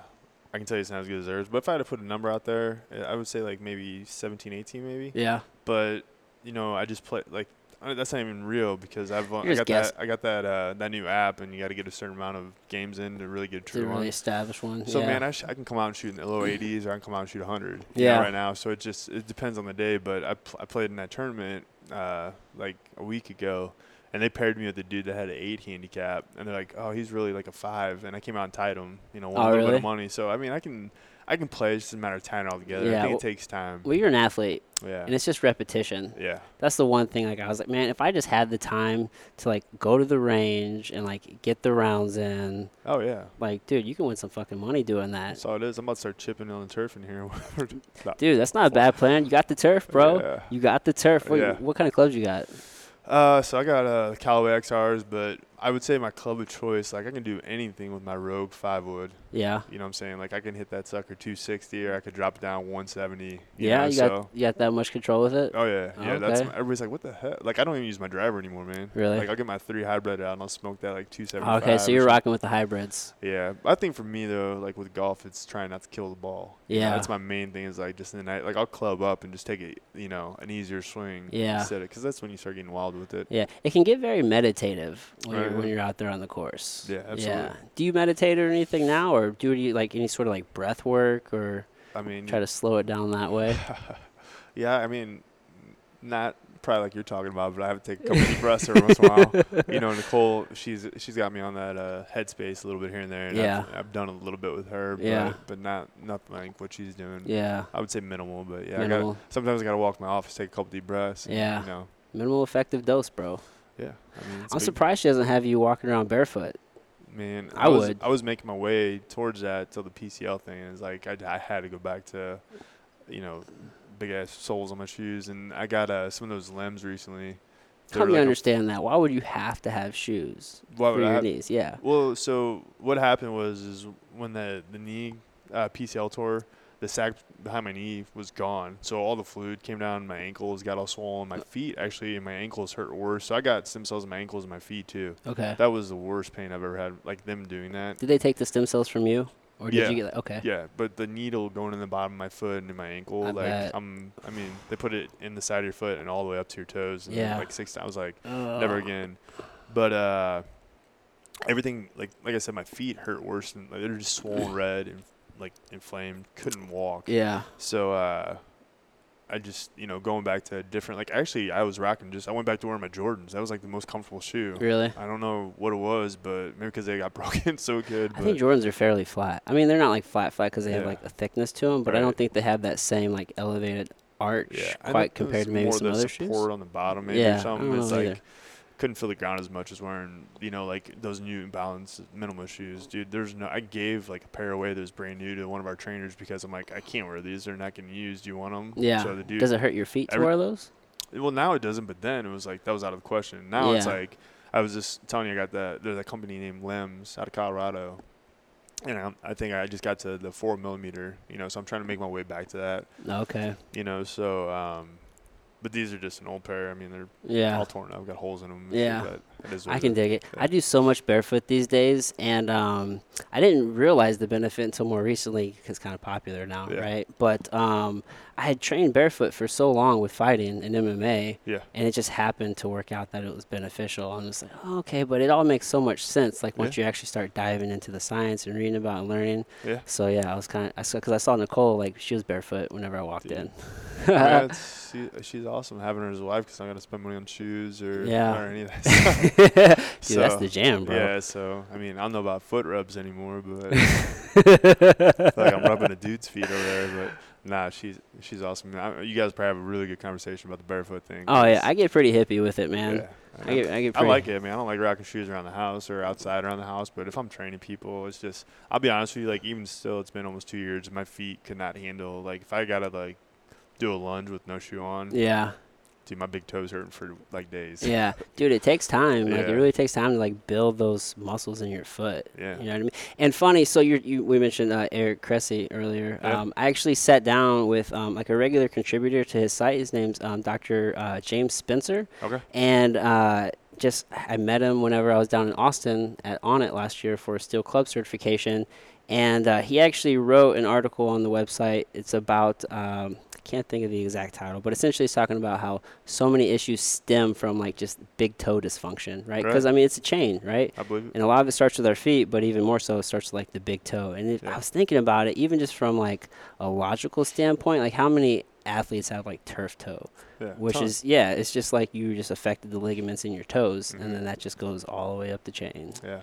Speaker 2: I can tell you it's not as good as theirs. But if I had to put a number out there, uh, I would say like maybe 17, 18 maybe.
Speaker 1: Yeah.
Speaker 2: but you know, I just play like I- that's not even real because I've on-
Speaker 1: You're
Speaker 2: I
Speaker 1: just
Speaker 2: got
Speaker 1: guessing.
Speaker 2: that I got that uh, that new app, and you got to get a certain amount of games in to really get a
Speaker 1: To
Speaker 2: true
Speaker 1: really
Speaker 2: one.
Speaker 1: establish one.
Speaker 2: So
Speaker 1: yeah.
Speaker 2: man, I, sh- I can come out and shoot in the low 80s, or I can come out and shoot 100. you know,
Speaker 1: Yeah.
Speaker 2: right now, so it just it depends on the day. But I pl- I played in that tournament uh, like a week ago. And they paired me with a dude that had an eight handicap, and they're like, "Oh, he's really like a five. and I came out and tied him, you know,
Speaker 1: Oh,
Speaker 2: won a little bit
Speaker 1: really?
Speaker 2: of money. So I mean, I can, I can play. It's just a matter of tying it all together.
Speaker 1: Yeah,
Speaker 2: I think
Speaker 1: well-
Speaker 2: it takes time.
Speaker 1: well, you're an athlete,
Speaker 2: yeah,
Speaker 1: and it's just repetition.
Speaker 2: yeah,
Speaker 1: That's the one thing. Like I was like, man, if I just had the time to like go to the range and like get the rounds in,
Speaker 2: oh yeah.
Speaker 1: like, dude, you can win some fucking money doing that.
Speaker 2: That's all it is. I'm about to start chipping on the turf in here.
Speaker 1: Dude, that's not a bad plan. You got the turf, bro.
Speaker 2: Yeah.
Speaker 1: You got the turf. What,
Speaker 2: Yeah.
Speaker 1: what kind of clubs you got?
Speaker 2: Uh, so I got uh, Callaway XRs, but I would say my club of choice, like I can do anything with my Rogue Five Wood.
Speaker 1: Yeah.
Speaker 2: You know what I'm saying? Like I can hit that sucker 260, or I could drop it down 170. You
Speaker 1: Yeah,
Speaker 2: know,
Speaker 1: you
Speaker 2: so.
Speaker 1: got you got that much control with it?
Speaker 2: Oh yeah, yeah. That's
Speaker 1: Okay.
Speaker 2: my, everybody's like, what the heck? Like I don't even use my driver anymore, man.
Speaker 1: Really? Oh,
Speaker 2: Like I'll get my three hybrid out and I'll smoke that like 275.
Speaker 1: okay, so
Speaker 2: or
Speaker 1: you're
Speaker 2: something.
Speaker 1: rocking with the hybrids.
Speaker 2: Yeah, I think for me though, like with golf, it's trying not to kill the ball. You know,
Speaker 1: Yeah.
Speaker 2: that's my main thing. Is like just in the night, like I'll club up and just take it, you know, an easier swing.
Speaker 1: Yeah.
Speaker 2: instead because that's when you start getting wild with it.
Speaker 1: Yeah, it can get very meditative when,
Speaker 2: Right.
Speaker 1: you're, when you're out there on the course.
Speaker 2: Yeah, absolutely.
Speaker 1: Do you meditate or anything now, or do you like any sort of like breath work or
Speaker 2: I mean,
Speaker 1: try to slow it down that way?
Speaker 2: yeah, I mean, not probably like you're talking about, but I have to take a couple deep breaths every once in a while. You know, Nicole, she's she's got me on that uh, headspace a little bit here and there. And
Speaker 1: Yeah.
Speaker 2: I've, I've done a little bit with her.
Speaker 1: Yeah.
Speaker 2: but, but not nothing like what she's doing.
Speaker 1: Yeah,
Speaker 2: I would say minimal, but yeah, I
Speaker 1: minimal,
Speaker 2: gotta, sometimes I gotta walk my office, take a couple deep breaths. and,
Speaker 1: Yeah.
Speaker 2: you know,
Speaker 1: minimal effective dose, bro.
Speaker 2: yeah. I mean, it's
Speaker 1: I'm
Speaker 2: big-
Speaker 1: surprised she doesn't have you walking around barefoot.
Speaker 2: Man,
Speaker 1: I
Speaker 2: was,
Speaker 1: would.
Speaker 2: I was making my way towards that till the PCL thing. It's like I, I had to go back to, you know, big ass soles on my shoes, and I got uh, some of those limbs recently. They
Speaker 1: Help
Speaker 2: were
Speaker 1: me
Speaker 2: like a-
Speaker 1: understand that. Why would you have to have shoes
Speaker 2: why
Speaker 1: for
Speaker 2: would I
Speaker 1: your
Speaker 2: have-
Speaker 1: knees? Yeah.
Speaker 2: Well, so what happened was is when the the knee uh, PCL tore, the sac behind my knee was gone, so all the fluid came down my ankles, got all swollen. My feet actually, and my ankles hurt worse. So I got stem cells in my ankles and my feet too.
Speaker 1: Okay.
Speaker 2: That was the worst pain I've ever had. Like them doing that.
Speaker 1: Did they take the stem cells from you, or did
Speaker 2: Yeah.
Speaker 1: you get? Okay.
Speaker 2: Yeah, but the needle going in the bottom of my foot and in my ankle,
Speaker 1: I
Speaker 2: like
Speaker 1: bet.
Speaker 2: I'm, I mean, they put it in the side of your foot and all the way up to your toes. And
Speaker 1: Yeah.
Speaker 2: like six. I was like,
Speaker 1: Oh.
Speaker 2: never again. But uh, everything, like like I said, my feet hurt worse than like, they're just swollen red and like inflamed. Couldn't walk.
Speaker 1: Yeah.
Speaker 2: So uh, I just you know going back to a different like actually I was rocking just I went back to wearing my Jordans. That was like the most comfortable shoe.
Speaker 1: Really.
Speaker 2: I don't know what it was, but maybe because they got broken so good.
Speaker 1: I
Speaker 2: but
Speaker 1: think Jordans are fairly flat. I mean, they're not like flat flat because they have
Speaker 2: Yeah.
Speaker 1: like a thickness to them, but I don't
Speaker 2: Right.
Speaker 1: think they have that same like elevated arch
Speaker 2: Yeah,
Speaker 1: quite
Speaker 2: I think it was
Speaker 1: compared to maybe
Speaker 2: more
Speaker 1: some
Speaker 2: the
Speaker 1: other
Speaker 2: support
Speaker 1: shoes.
Speaker 2: on the bottom maybe
Speaker 1: Yeah, I
Speaker 2: or something.
Speaker 1: don't
Speaker 2: it's
Speaker 1: know
Speaker 2: like
Speaker 1: either.
Speaker 2: couldn't feel the ground as much as wearing, you know, like those New Balance minimal shoes, dude. There's no, I gave like a pair away that was brand new to one of our trainers because I'm like, I can't wear these. They're not getting used. Do you want them?
Speaker 1: Yeah.
Speaker 2: So the dude,
Speaker 1: Does it hurt your feet to
Speaker 2: every-
Speaker 1: wear those?
Speaker 2: well, now it doesn't, but then it was like that was out of the question. Now it's
Speaker 1: Yeah.
Speaker 2: like I was just telling you, I got that there's a company named Limbs out of Colorado, and I, I think I just got to the four millimeter, you know. So I'm trying to make my way back to that,
Speaker 1: Okay.
Speaker 2: you know. So, um, but these are just an old pair. I mean, they're
Speaker 1: Yeah.
Speaker 2: all torn up, got holes in them.
Speaker 1: Yeah.
Speaker 2: but it is what
Speaker 1: I
Speaker 2: it
Speaker 1: can
Speaker 2: is.
Speaker 1: dig it.
Speaker 2: Yeah.
Speaker 1: I do so much barefoot these days, and um, I didn't realize the benefit until more recently 'cause it's kind of popular now,
Speaker 2: Yeah.
Speaker 1: right? But um, I had trained barefoot for so long with fighting and MMA,
Speaker 2: Yeah.
Speaker 1: and it just happened to work out that it was beneficial. I'm just like, oh, okay, but it all makes so much sense. Like once you actually start diving into the science and reading about and learning.
Speaker 2: Yeah.
Speaker 1: So yeah, I was kind of I saw because I saw Nicole like she was barefoot whenever I walked
Speaker 2: Dude.
Speaker 1: in.
Speaker 2: yeah, it's, she, she's awesome having her as a wife because I'm gonna spend money on shoes or,
Speaker 1: Yeah.
Speaker 2: or any of that stuff.
Speaker 1: Dude, that's
Speaker 2: So,
Speaker 1: the jam, bro.
Speaker 2: Yeah, so I mean, I don't know about foot rubs anymore, but I feel like I'm rubbing a dude's feet over there. But nah, she's she's awesome. I, you guys probably have a really good conversation about the barefoot thing.
Speaker 1: Oh yeah,
Speaker 2: 'cause-
Speaker 1: I get pretty hippie with it, man.
Speaker 2: yeah, I,
Speaker 1: I get, I get
Speaker 2: I
Speaker 1: pretty.
Speaker 2: like it, man. I don't like rocking shoes around the house or outside around the house. But if I'm training people, it's just I'll be honest with you. Like even still, it's been almost two years. My feet could not handle like if I gotta like do a lunge with no shoe on.
Speaker 1: Yeah,
Speaker 2: Dude, my big toes hurting for like days.
Speaker 1: yeah, dude. It takes time. Like it
Speaker 2: Yeah.
Speaker 1: really takes time to like build those muscles in your foot.
Speaker 2: Yeah.
Speaker 1: You know what I mean? And funny, so you you we mentioned uh, Eric Cressy earlier.
Speaker 2: Yeah.
Speaker 1: Um, I actually sat down with um, like a regular contributor to his site. His name's um, Dr. Uh, James Spencer,
Speaker 2: Okay.
Speaker 1: and uh, just I met him whenever I was down in Austin at On It last year for a Steel Club certification, and uh, he actually wrote an article on the website. It's about um, I can't think of the exact title, but essentially it's talking about how so many issues stem from like just big toe dysfunction, right?
Speaker 2: Right.
Speaker 1: Because I mean it's a chain, right?
Speaker 2: I believe it.
Speaker 1: and a lot of it starts with our feet, but even more so, it starts with, like the big toe. And if, I
Speaker 2: Yeah.
Speaker 1: was thinking about it, even just from like a logical standpoint, like how many athletes have like turf toe,
Speaker 2: Yeah.
Speaker 1: which
Speaker 2: Tons.
Speaker 1: is yeah, it's just like you just affected the ligaments in your toes,
Speaker 2: Mhm.
Speaker 1: and then that just goes all the way up the chain.
Speaker 2: Yeah.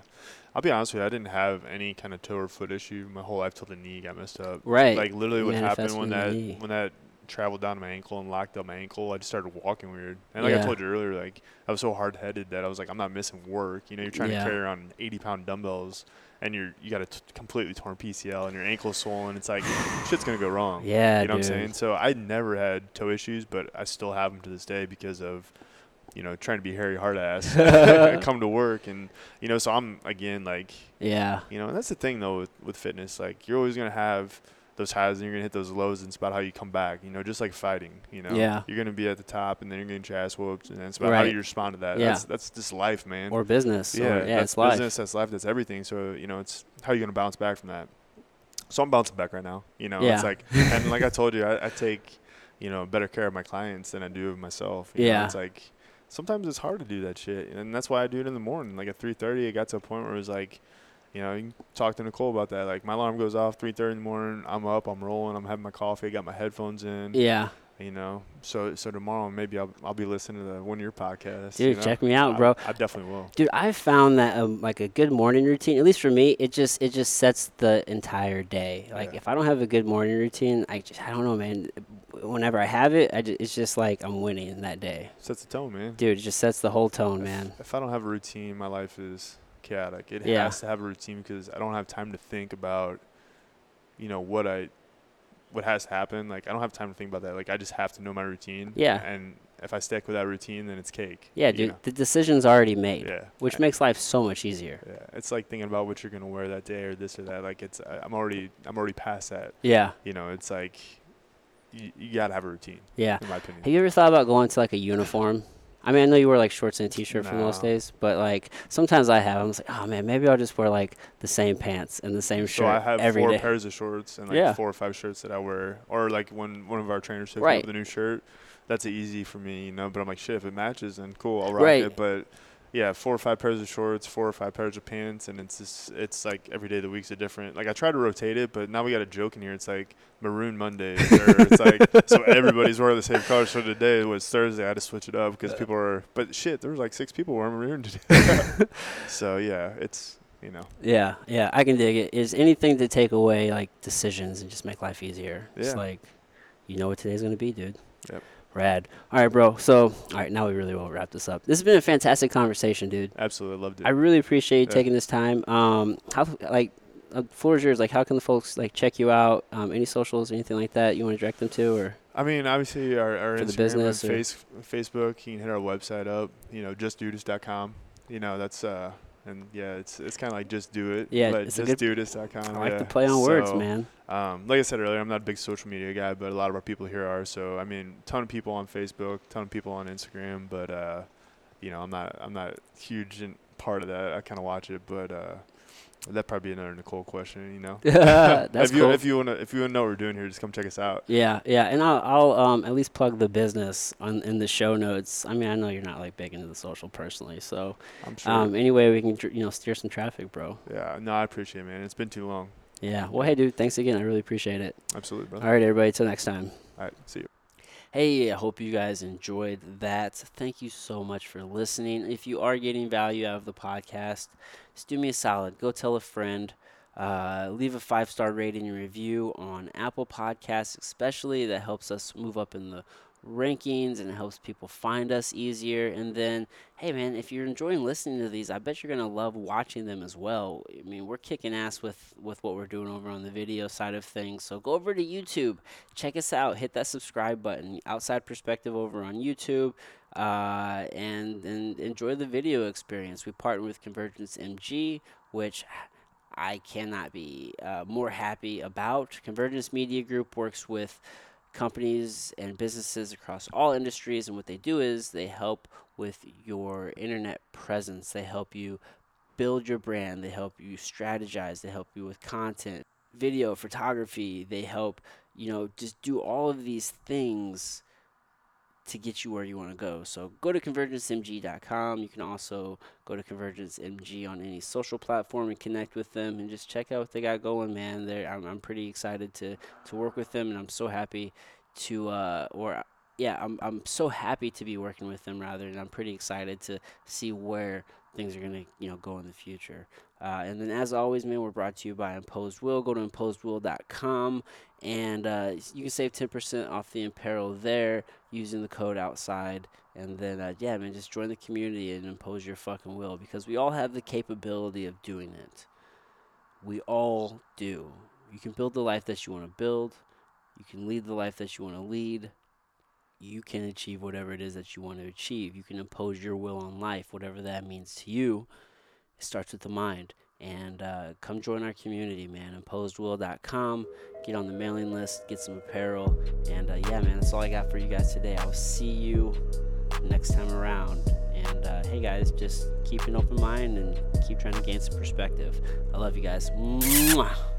Speaker 2: I'll be honest with you, I didn't have any kind of toe or foot issue my whole life till the knee got messed up.
Speaker 1: Right.
Speaker 2: Like literally what
Speaker 1: Manifest
Speaker 2: happened when
Speaker 1: with the
Speaker 2: that
Speaker 1: knee.
Speaker 2: when that traveled down to my ankle and locked up my ankle, I just started walking weird. And like
Speaker 1: Yeah.
Speaker 2: I told you earlier, like I was so hard headed that I was like, I'm not missing work. You know, you're trying
Speaker 1: Yeah.
Speaker 2: to carry around eighty pound dumbbells and you're you got a t- completely torn PCL and your ankle's swollen. It's like shit's gonna go wrong.
Speaker 1: yeah,
Speaker 2: you know what I'm
Speaker 1: dude.
Speaker 2: saying? So I never had toe issues, but I still have them to this day because of, you know, trying to be Harry hard ass, come to work, and you know, so I'm again like,
Speaker 1: Yeah,
Speaker 2: you know, and that's the thing though with, with fitness, like you're always gonna have those highs and you're gonna hit those lows, and it's about how you come back. You know, just like fighting, you know,
Speaker 1: Yeah.
Speaker 2: you're gonna be at the top, and then you're gonna get your ass whooped, and it's about how
Speaker 1: Right.
Speaker 2: you respond to that.
Speaker 1: Yeah.
Speaker 2: That's that's just life, man.
Speaker 1: or business.
Speaker 2: yeah,
Speaker 1: or, yeah,
Speaker 2: that's
Speaker 1: it's life.
Speaker 2: business, that's life, that's everything. So you know, it's how you gonna bounce back from that. So I'm bouncing back right now. You know,
Speaker 1: Yeah.
Speaker 2: it's like, and like I told you, I, I take you know better care of my clients than I do of myself. you know?
Speaker 1: Yeah.
Speaker 2: it's like sometimes it's hard to do that shit, and that's why I do it in the morning. Like at 3:30, it got to a point where it was like. You know, you can talk to Nicole about that. Like my alarm goes off 3:30 in the morning. I'm up. I'm rolling. I'm having my coffee. I got my headphones in.
Speaker 1: Yeah,
Speaker 2: You know, so so tomorrow maybe I'll I'll be listening to the one of your podcasts.
Speaker 1: dude,
Speaker 2: you know?
Speaker 1: check me out, bro.
Speaker 2: I, I definitely will.
Speaker 1: Dude, I've found that um, like a good morning routine, at least for me, it just it just sets the entire day. Like
Speaker 2: Yeah.
Speaker 1: if I don't have a good morning routine, I just I don't know, man. Whenever I have it, I ju- it's just like I'm winning that day.
Speaker 2: Sets the tone, man.
Speaker 1: Dude, it just sets the whole tone,
Speaker 2: If-
Speaker 1: man.
Speaker 2: If, I don't have a routine, my life is chaotic. It
Speaker 1: Yeah.
Speaker 2: has to have a routine because I don't have time to think about, you know, what I, what has to happen. Like I don't have time to think about that. Like I just have to know my routine.
Speaker 1: Yeah.
Speaker 2: And if I stick with that routine, then it's cake.
Speaker 1: Yeah,
Speaker 2: you
Speaker 1: dude,
Speaker 2: know?
Speaker 1: the decision's already made,
Speaker 2: Yeah.
Speaker 1: which
Speaker 2: I-
Speaker 1: makes life so much easier.
Speaker 2: Yeah. It's like thinking about what you're gonna wear that day or this or that. Like it's I- I'm already I'm already past that.
Speaker 1: Yeah,
Speaker 2: You know, it's like. You, you gotta have a routine,
Speaker 1: yeah.
Speaker 2: in my opinion.
Speaker 1: Have you ever thought about going to like a uniform? I mean, I know you wear like shorts and a t-shirt for most
Speaker 2: No.
Speaker 1: days, but like sometimes I have. I'm just like, oh man, maybe I'll just wear like the same pants and the same
Speaker 2: So
Speaker 1: shirt
Speaker 2: I have
Speaker 1: every
Speaker 2: four
Speaker 1: day.
Speaker 2: pairs of shorts and like
Speaker 1: Yeah.
Speaker 2: four or five shirts that I wear, or like when one of our trainers hooked
Speaker 1: Right.
Speaker 2: up with a new shirt, that's easy for me, you know. But I'm like, shit, if it matches, then cool, I'll rock
Speaker 1: Right.
Speaker 2: it. But yeah, four or five pairs of shorts, four or five pairs of pants, and it's just it's like every day of the week's a different. Like I try to rotate it, but now we got a joke in here. It's like maroon Mondays, or it's like so everybody's wearing the same color. So today was Thursday. I had to switch it up
Speaker 1: Uh.
Speaker 2: because people are. But shit, there was like six people wearing maroon today. so yeah, it's you know.
Speaker 1: Yeah, yeah, I can dig it. Is anything to take away like decisions and just make life easier? It's
Speaker 2: Yeah.
Speaker 1: like you know what today's gonna be, dude.
Speaker 2: Yep.
Speaker 1: Rad. All right, bro. So, all right, now we really will wrap this up. This has been a fantastic conversation, dude.
Speaker 2: Absolutely loved it.
Speaker 1: I really appreciate you
Speaker 2: Yeah.
Speaker 1: taking this time. Um, how like, uh, floor is yours. Like, how can the folks like check you out? Um, any socials, anything like that you want to direct them to, or
Speaker 2: I mean, obviously, our, our
Speaker 1: For the
Speaker 2: Instagram
Speaker 1: business or-
Speaker 2: and face, Facebook, you can hit our website up, you know, justdudus.com. You know, that's, uh, and yeah, it's it's kind of like just do it.
Speaker 1: Yeah,
Speaker 2: but
Speaker 1: it's a good-
Speaker 2: justdudus.com.
Speaker 1: I like
Speaker 2: Oh, yeah.
Speaker 1: to play on words,
Speaker 2: So,
Speaker 1: man.
Speaker 2: Um, like I said earlier, I'm not a big social media guy, but a lot of our people here are. So, I mean, ton of people on Facebook, ton of people on Instagram, but, uh, you know, I'm not, I'm not huge in part of that. I kind of watch it, but, uh, that'd probably be another Nicole question, you know?
Speaker 1: That's
Speaker 2: if you,
Speaker 1: cool.
Speaker 2: If you want to, if you want to know what we're doing here, just come check us out.
Speaker 1: Yeah, yeah, and I'll, I'll um, at least plug the business on in the show notes. I mean, I know you're not like big into the social personally, so
Speaker 2: I'm sure.
Speaker 1: um, anyway, we can dr- you know steer some traffic, bro.
Speaker 2: Yeah, no, I appreciate it, man. It's been too long.
Speaker 1: Yeah. Well, hey, dude, thanks again. I really appreciate it.
Speaker 2: Absolutely, brother.
Speaker 1: All right, everybody. Till next time.
Speaker 2: All right, see you.
Speaker 1: Hey, I hope you guys enjoyed that. Thank you so much for listening. If you are getting value out of the podcast, just do me a solid. Go tell a friend. Uh, leave a five star rating and review on Apple Podcasts, especially. That helps us move up in the rankings and it helps people find us easier. And then, hey, man, if you're enjoying listening to these, I bet you're going to love watching them as well. I mean, we're kicking ass with, with what we're doing over on the video side of things. So go over to YouTube check us out. Hit that subscribe button. Outside Perspective over on YouTube, uh, and and enjoy the video experience. We partner with Convergence MG, which I cannot be uh, more happy about. Convergence Media Group works with companies and businesses across all industries, and what they do is they help with your internet presence. They help you build your brand. They help you strategize. They help you with content, video, photography. They help you know, just do all of these things to get you where you want to go. So go to convergencemg.com. You can also go to convergencemg on any social platform and connect with them and just check out what they got going, man. They're, I'm, I'm pretty excited to, to work with them and I'm so happy to, uh, or yeah, I'm, I'm so happy to be working with them rather. And I'm pretty excited to see where things are going to, you know, go in the future. Uh, and then as always, man, we're brought to you by Imposed Will. Go to imposedwill.com and uh, you can save 10% off the apparel there using the code outside and then uh, yeah man just join the community and impose your fucking will because we all have the capability of doing it we all do you can build the life that you want to build you can lead the life that you want to lead you can achieve whatever it is that you want to achieve you can impose your will on life whatever that means to you it starts with the mind and uh, come join our community man imposedwill.com get on the mailing list, get some apparel, and uh, yeah, man, that's all I got for you guys today. I will see you next time around. And uh, hey, guys, just keep an open mind and keep trying to gain some perspective. I love you guys. Mwah.